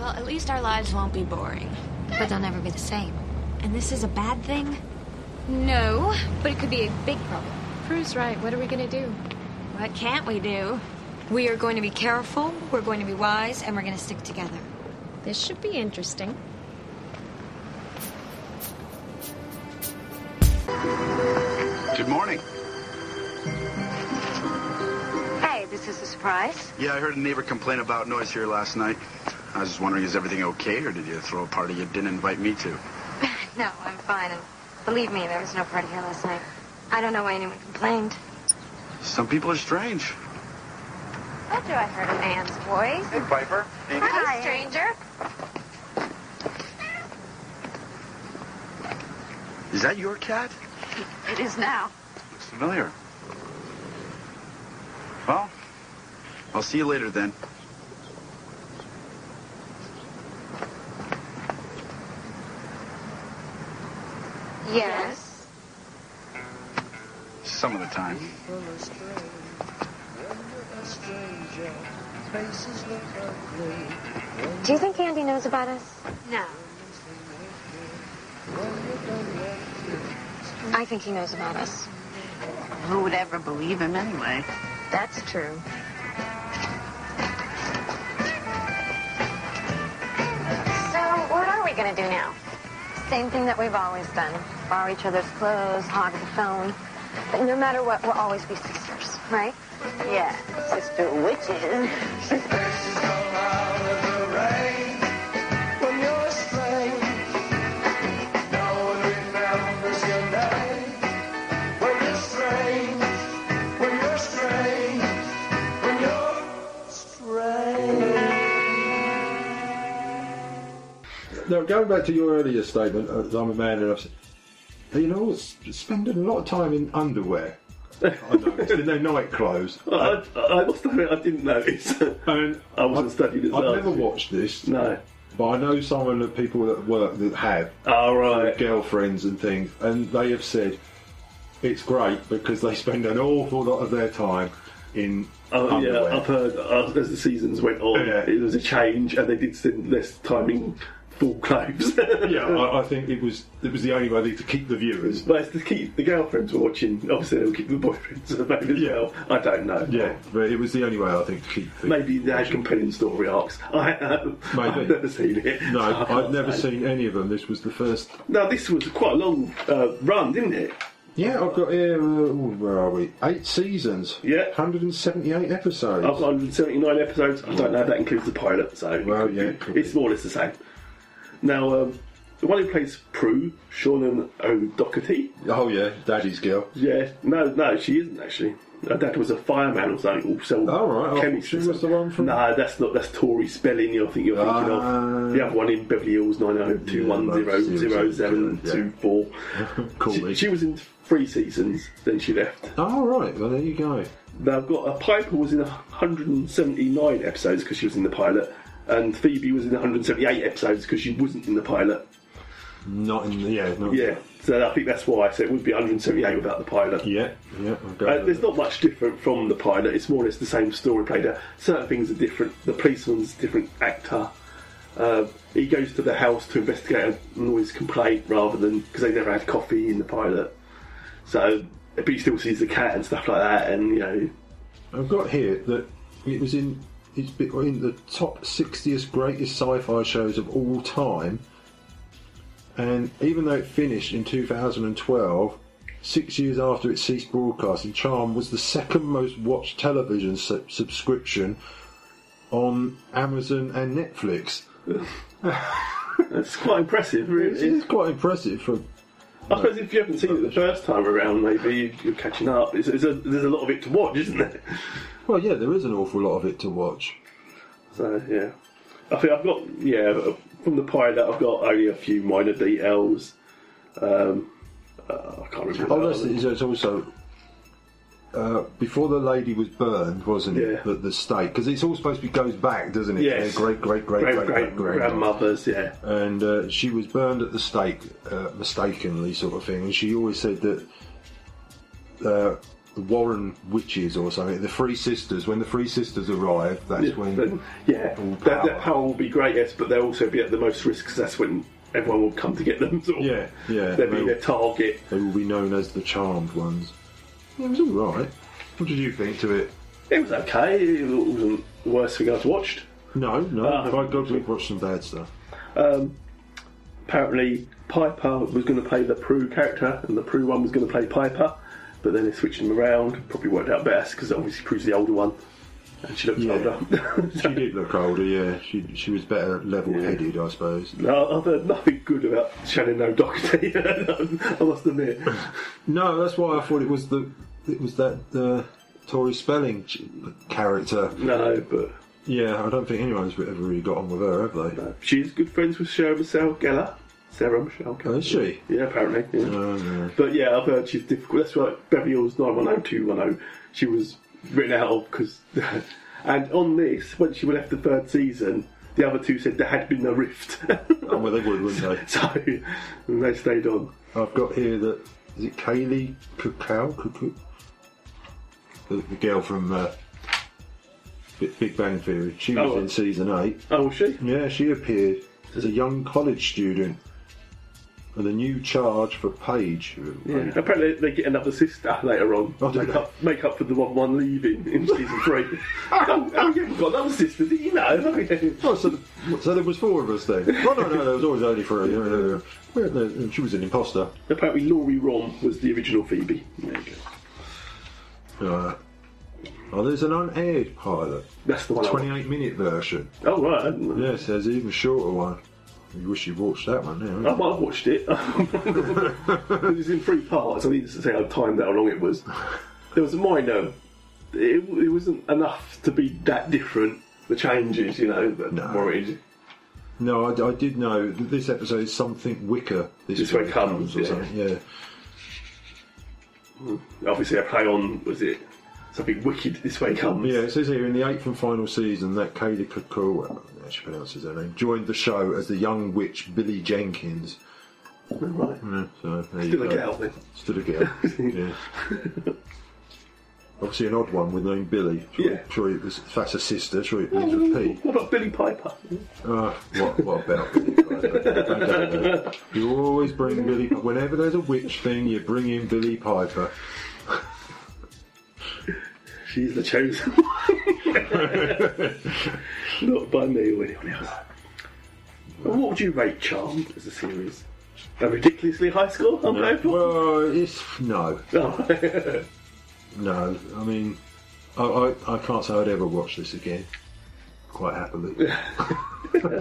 Speaker 16: well, at least our lives won't be boring.
Speaker 12: But they'll never be the same. And this is a bad thing? No, but it could be a big problem.
Speaker 16: Prue's right. What are we going to do?
Speaker 12: What can't we do? We are going to be careful, we're going to be wise, and we're going to stick together.
Speaker 16: This should be interesting.
Speaker 17: Good morning.
Speaker 18: Hey, this is a surprise.
Speaker 17: Yeah, I heard a neighbor complain about noise here last night. I was just wondering, is everything okay, or did you throw a party you didn't invite me to?
Speaker 18: No, I'm fine. And believe me, there was no party here last night. I don't know why anyone complained.
Speaker 17: Some people are strange.
Speaker 18: After I heard a man's voice.
Speaker 17: Hey, Piper.
Speaker 18: Hi, stranger.
Speaker 17: Is that your cat?
Speaker 19: It is now.
Speaker 17: Looks familiar. Well, I'll see you later then.
Speaker 18: Yes.
Speaker 17: Some of the time.
Speaker 12: Do you think Andy knows about us?
Speaker 18: No.
Speaker 12: I think he knows about us.
Speaker 19: Who would ever believe him anyway? That's true.
Speaker 18: So, what are we going to do now? Same thing that we've always done borrow each other's clothes, hog the phone. But no matter what, we'll always be sisters, right?
Speaker 19: Yeah, sister witches.
Speaker 3: Now, going back to your earlier statement, uh, I'm a man and I've said, you know, s- spending a lot of time in underwear. I know, in their night clothes.
Speaker 2: I, I I must admit, I didn't notice.
Speaker 3: and
Speaker 2: I wasn't studying it.
Speaker 3: I've never watched this.
Speaker 2: No.
Speaker 3: But I know someone that people that work that have.
Speaker 2: Oh, right.
Speaker 3: Girlfriends and things. And they have said it's great because they spend an awful lot of their time in
Speaker 2: Oh, yeah,
Speaker 3: underwear.
Speaker 2: I've heard uh, as the seasons went on,
Speaker 3: Yeah.
Speaker 2: it was a change, and they did spend less time in full clothes.
Speaker 3: yeah, I, I think it was it was the only way to keep the viewers.
Speaker 2: But it's the key, the girlfriends were watching. Obviously, they'll keep the boyfriends maybe as well. I don't know.
Speaker 3: Yeah, but it was the only way I think to keep the
Speaker 2: Maybe they had compelling story arcs. I, uh, I've never seen it. So
Speaker 3: No,
Speaker 2: I
Speaker 3: I've
Speaker 2: can't
Speaker 3: never
Speaker 2: say.
Speaker 3: seen any of them. This was the first.
Speaker 2: Now this was quite a long uh, run, didn't it?
Speaker 3: Yeah, I've got here. Uh, ooh, where are we? Eight seasons.
Speaker 2: Yeah,
Speaker 3: 178 episodes.
Speaker 2: I've got 179 episodes. I don't know if that includes the pilot, so
Speaker 3: yeah,
Speaker 2: it's more or less the same. Now, um, the one who plays Prue, Seanan O'Doherty.
Speaker 3: Oh yeah, Daddy's girl.
Speaker 2: Yeah, no, no, she isn't actually. Her dad was a fireman or something. Also,
Speaker 3: Oh, right. I thought she was the one from-
Speaker 2: No, that's not. That's Tory Spelling. I think you're thinking
Speaker 3: Ah.
Speaker 2: of the other one in Beverly Hills nine zero two one zero zero seven two four. She, she was in three seasons. Then she left.
Speaker 3: Oh right, well there you go.
Speaker 2: Now I've got a Piper was in 179 episodes because she was in the pilot, and Phoebe was in 178 episodes because she wasn't in the pilot.
Speaker 3: Not in the yeah. Not
Speaker 2: Yeah, so I think that's why. So it would be 178 without the pilot.
Speaker 3: Yeah, yeah. okay.
Speaker 2: Uh, there's not much different from the pilot. It's more or less the same story played out. Certain things are different. The policeman's a different actor. Uh, he goes to the house to investigate a noise complaint rather than because they never had coffee in the pilot. So, but he still sees the cat and stuff like that. And you know,
Speaker 3: I've got here that it was in it's been in the top 60th greatest sci-fi shows of all time, and even though it finished in 2012, six years after it ceased broadcasting, Charm was the second most watched television su- subscription on Amazon and Netflix.
Speaker 2: That's quite impressive, really.
Speaker 3: It is quite impressive for.
Speaker 2: I suppose if you haven't seen it the first time around, maybe you- you're catching up. It's, it's a, there's a lot of it to watch, isn't there?
Speaker 3: Well, yeah, there is an awful lot of it to watch.
Speaker 2: So yeah, I think I've got yeah from the pilot. I've got only a few minor details. Um, uh, I can't remember.
Speaker 3: Oh, that's it's it's also uh, before the lady was burned, wasn't it? At the stake, because it's all supposed to be goes back, doesn't it?
Speaker 2: Yes.
Speaker 3: Their Great, great, great,
Speaker 2: Great-
Speaker 3: great,
Speaker 2: great
Speaker 3: great,
Speaker 2: grandmothers, yeah.
Speaker 3: And uh, she was burned at the stake, uh, mistakenly, sort of thing. And she always said that uh, the Warren witches or something, the Three Sisters. When the Three Sisters arrived, that's
Speaker 2: Yeah,
Speaker 3: when
Speaker 2: but- yeah, that, that power will be great, yes, but they'll also be at the most risk because that's when everyone will come to get them. Sort of.
Speaker 3: Yeah, yeah.
Speaker 2: They'll be their target.
Speaker 3: They will be known as the Charmed Ones. It was all right. What did you think to it?
Speaker 2: It was okay. It wasn't the worst thing I've watched.
Speaker 3: No, no.
Speaker 2: Ah.
Speaker 3: if I go to watch some bad stuff.
Speaker 2: Um, apparently, Piper was going to play the Prue character, and the Prue one was going to play Piper, but then they switched them around. Probably worked out best because obviously Prue's the older one, and she looks older.
Speaker 3: she did look older, yeah. She she was better level headed, I suppose.
Speaker 2: no, I've heard nothing good about Shannon O'Doherty. I must admit.
Speaker 3: No, that's why I thought it was the it was that uh, Tory Spelling ch- character.
Speaker 2: No, but
Speaker 3: yeah, I don't think anyone's ever really got on with her, have they?
Speaker 2: She's uh, good friends with Sarah Michelle Gellar. Sarah Michelle Gellar.
Speaker 3: Oh, is she?
Speaker 2: Yeah, apparently. yeah.
Speaker 3: Oh, no.
Speaker 2: But yeah, I've heard she's difficult. That's why Beverly Hills 910 she was written out of because. and on this, when she left the third season, the other two said there had been a rift.
Speaker 3: Oh, well, they would, wouldn't they?
Speaker 2: so and they stayed on.
Speaker 3: I've got here that is it Kaylee Kukow, Cuckoo, the, the girl from uh, Bi- Big Bang Theory. She was
Speaker 2: Oh.
Speaker 3: in season eight.
Speaker 2: Oh, was she?
Speaker 3: Yeah, she appeared as a young college student. And a new charge for Paige.
Speaker 2: Yeah. Oh, Apparently, they get another sister later on. make, up, make up for the one one leaving in season three. oh, oh, yeah, we've got another sister, did you know?
Speaker 3: Oh, so, so there was four of us then. Oh no, no, there was always only uh, three. No, no, no. Well, no, uh, She was an imposter.
Speaker 2: Apparently, Laurie Rom was the original Phoebe. There you go.
Speaker 3: Uh, oh, there's an unaired pilot.
Speaker 2: That's the one I want.
Speaker 3: 28 minute version.
Speaker 2: Oh, right. I didn't know.
Speaker 3: Yes, there's an even shorter one. You wish you watched that one now. eh?
Speaker 2: I might have Oh, watched it. it was in three parts. I need to say how timed how long it was. There was a minor. It, it wasn't enough to be that different. The changes, you know, that worried.
Speaker 3: No, I, I did know that this episode is something wicker. This,
Speaker 2: This way comes,
Speaker 3: or
Speaker 2: yeah.
Speaker 3: something. Yeah.
Speaker 2: Obviously, I play on. Was it something wicked? This way comes.
Speaker 3: Yeah, it says here in the eighth and final season that Kaylee Kukur, how she pronounces her name, joined the show as the young witch Billy Jenkins.
Speaker 2: Right.
Speaker 3: Yeah, so there you
Speaker 2: Still a
Speaker 3: go.
Speaker 2: girl, then.
Speaker 3: Still a girl. yeah. Obviously, an odd one with the name Billy. Surely, yeah. Surely it was, if that's a sister, surely it begins with P.
Speaker 2: What about Billy Piper?
Speaker 3: Uh, what, what about Billy? Piper? you always bring Billy. Whenever there's a witch thing, you bring in Billy Piper.
Speaker 2: She's the chosen. Not by me or anyone else. And what would you rate Charmed as a series? A ridiculously high score? I'm going for.
Speaker 3: Well, it's no.
Speaker 2: Oh.
Speaker 3: No, I mean, I, I, I can't say I'd ever watch this again. Quite happily. yeah,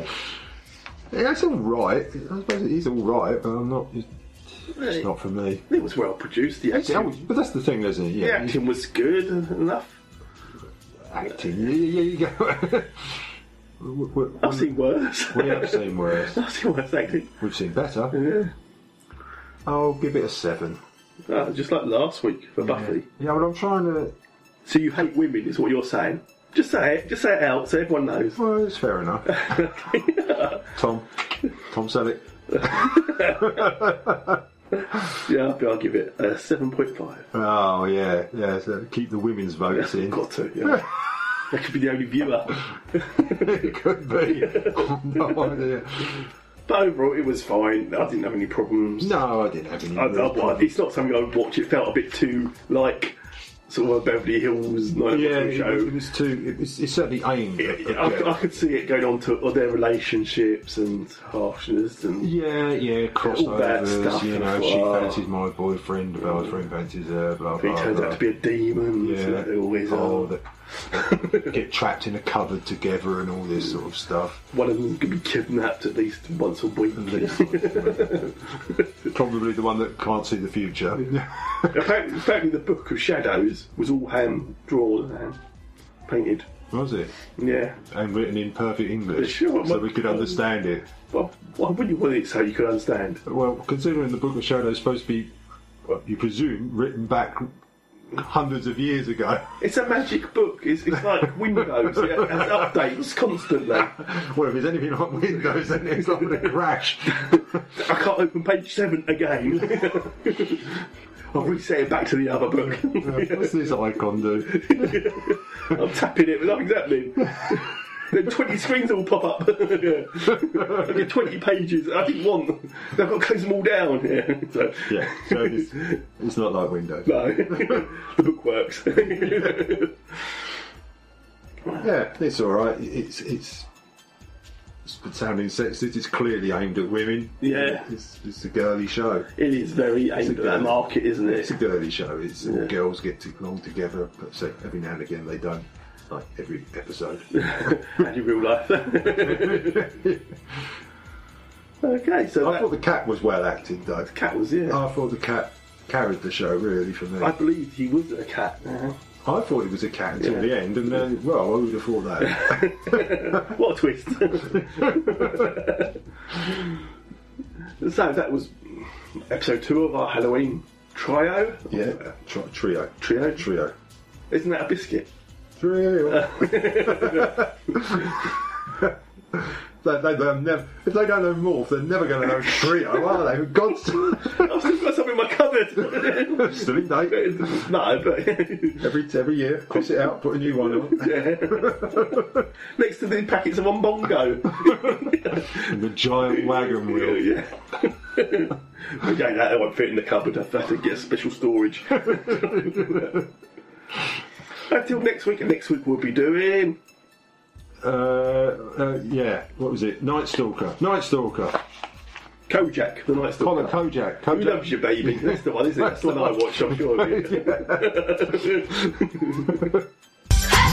Speaker 3: it's all right. I suppose it is all right, but I'm not. It's, it's not for me.
Speaker 2: It was well produced. The
Speaker 3: It's-
Speaker 2: acting,
Speaker 3: but that's the thing, isn't it?
Speaker 2: the
Speaker 3: Yeah,
Speaker 2: acting was good enough.
Speaker 3: acting. Yeah, yeah, yeah, you go. We- we-
Speaker 2: I've seen worse.
Speaker 3: We have seen worse.
Speaker 2: I've seen worse acting.
Speaker 3: We've seen better. Yeah. I'll give it a seven.
Speaker 2: Ah, just like last week for Buffy.
Speaker 3: Yeah, but I'm trying to.
Speaker 2: So you hate women, is what you're saying? Just say it. Just say it out, so everyone knows.
Speaker 3: Well, it's fair enough. Tom, Tom Selleck.
Speaker 2: yeah, I'll, be- I'll give it a seven point five.
Speaker 3: Oh yeah, yeah. So keep the women's votes in.
Speaker 2: Got to. Yeah. that could be the only viewer.
Speaker 3: it could be. no idea.
Speaker 2: But overall, it was fine. I didn't have any problems.
Speaker 3: No, I didn't have any.
Speaker 2: I,
Speaker 3: real
Speaker 2: I,
Speaker 3: problems.
Speaker 2: it's not something I would watch. It felt a bit too like sort of a Beverly Hills night
Speaker 3: yeah,
Speaker 2: show.
Speaker 3: it was, it was too. It was, it's certainly aimed. at-
Speaker 2: I, I could see it going on to their relationships and harshness and
Speaker 3: yeah, yeah,
Speaker 2: all that
Speaker 3: crossovers.
Speaker 2: stuff.
Speaker 3: You know,
Speaker 2: as
Speaker 3: she
Speaker 2: well.
Speaker 3: fancies my boyfriend, boyfriend fancies her. Blah
Speaker 2: He
Speaker 3: blah.
Speaker 2: turns
Speaker 3: blah.
Speaker 2: out to be a demon. so
Speaker 3: Yeah.
Speaker 2: they always
Speaker 3: Oh,
Speaker 2: are.
Speaker 3: they get trapped in a cupboard together and all this sort of stuff.
Speaker 2: One of them could be kidnapped at least once a week.
Speaker 3: Probably the one that can't see the future.
Speaker 2: apparently, apparently, the book of shadows was all hand drawn and hand painted.
Speaker 3: Was it?
Speaker 2: Yeah.
Speaker 3: And written in perfect English,
Speaker 2: Sure,
Speaker 3: so
Speaker 2: but-
Speaker 3: we could understand it.
Speaker 2: Well, why wouldn't you want it so you could understand?
Speaker 3: Well, considering the Book of Shadows is supposed to be, well, you presume, written back hundreds of years ago.
Speaker 2: It's a magic book. It's, it's like Windows. It has updates constantly.
Speaker 3: Well, if it's anything like Windows, then it's not going to crash.
Speaker 2: I can't open page seven again. I'll reset it back to the other book.
Speaker 3: Uh, What's this icon do?
Speaker 2: I'm tapping it, but nothing's happening. then 20 screens all pop up. Yeah. I get 20 pages I didn't want. I've got to close them all down. Yeah. So,
Speaker 3: Yeah, so it's, it's not like Windows.
Speaker 2: no. the book works.
Speaker 3: Yeah, it's all right. It's it's, it's been sounding sexist. It's clearly aimed at women.
Speaker 2: Yeah.
Speaker 3: it's, it's a girly show.
Speaker 2: it is very
Speaker 3: It's
Speaker 2: aimed
Speaker 3: a
Speaker 2: at that
Speaker 3: girl.
Speaker 2: market, isn't
Speaker 3: It's a
Speaker 2: it?
Speaker 3: girly show. It's all
Speaker 2: Yeah.
Speaker 3: girls get to- along together, but so every now and again they don't. Like every episode.
Speaker 2: And in real life. okay, so
Speaker 3: I
Speaker 2: that
Speaker 3: thought Oh. the cat was well acted though.
Speaker 2: cat was, yeah.
Speaker 3: I thought the cat carried the show really for me.
Speaker 2: I
Speaker 3: I,
Speaker 2: believed he was a cat.
Speaker 3: thought it was a cat until
Speaker 2: Yeah.
Speaker 3: the end, and then well, I would have thought that.
Speaker 2: what a twist! so that was episode two of our Halloween trio.
Speaker 3: yeah, Tri- trio,
Speaker 2: Trio?
Speaker 3: trio,
Speaker 2: Isn't that a biscuit?
Speaker 3: trio. They, they, they'll never, if they don't know Morph, they're never going to know Trio, are they? For God's sake.
Speaker 2: I've still got some in my cupboard.
Speaker 3: Still in date.
Speaker 2: no, but
Speaker 3: Every, every year, cross it out, put a new one on.
Speaker 2: next to the packets of one bongo.
Speaker 3: And the giant wagon wheel.
Speaker 2: yeah. okay, that won't fit in the cupboard. I have to get special storage. Until next week, and next week we'll be doing.
Speaker 3: Uh, uh, yeah, what was it? Night Stalker. Night Stalker.
Speaker 2: Kojak, the Night
Speaker 3: Colin
Speaker 2: Stalker.
Speaker 3: Kojak.
Speaker 2: Who
Speaker 3: Kojak.
Speaker 2: loves you, baby? That's the one, isn't it? That's the one I watch, I'm sure of it.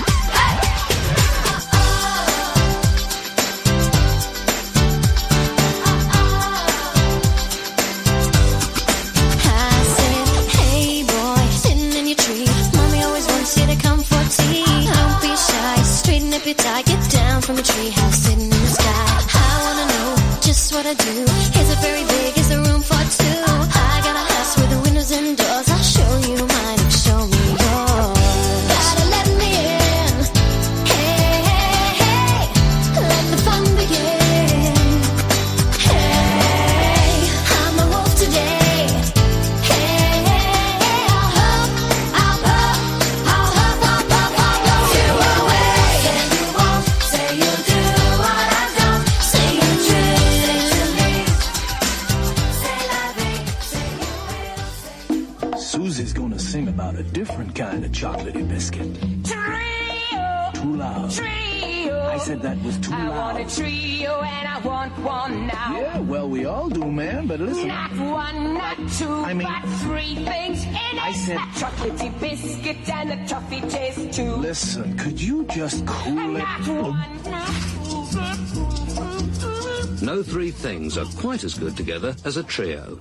Speaker 12: I said, hey boy, sitting in your tree. Mommy always wants you to come for tea. Don't be shy, straighten up your tie. Get down from your treehouse, sitting in the sky. I wanna know just what I do. Is it very big? Is there room for two? I got a house with windows and doors. I'll show you mine and show me yours. Gotta let me in. Hey, hey, hey, let the fun begin. Hey, I'm a wolf today.
Speaker 5: Susie's gonna sing about a different kind of chocolatey biscuit. Too loud. I said that was too
Speaker 20: I
Speaker 5: loud.
Speaker 20: want a trio and I want one now.
Speaker 5: Yeah, well, we all do, man, but listen.
Speaker 20: Not one, not two,
Speaker 5: I mean-
Speaker 20: but three things in
Speaker 5: I
Speaker 20: it.
Speaker 5: said-
Speaker 20: a chocolatey biscuit and a toffee taste too.
Speaker 5: Listen, could you just cool it?
Speaker 20: Not one, not two, but
Speaker 7: No three things are quite as good together as a trio.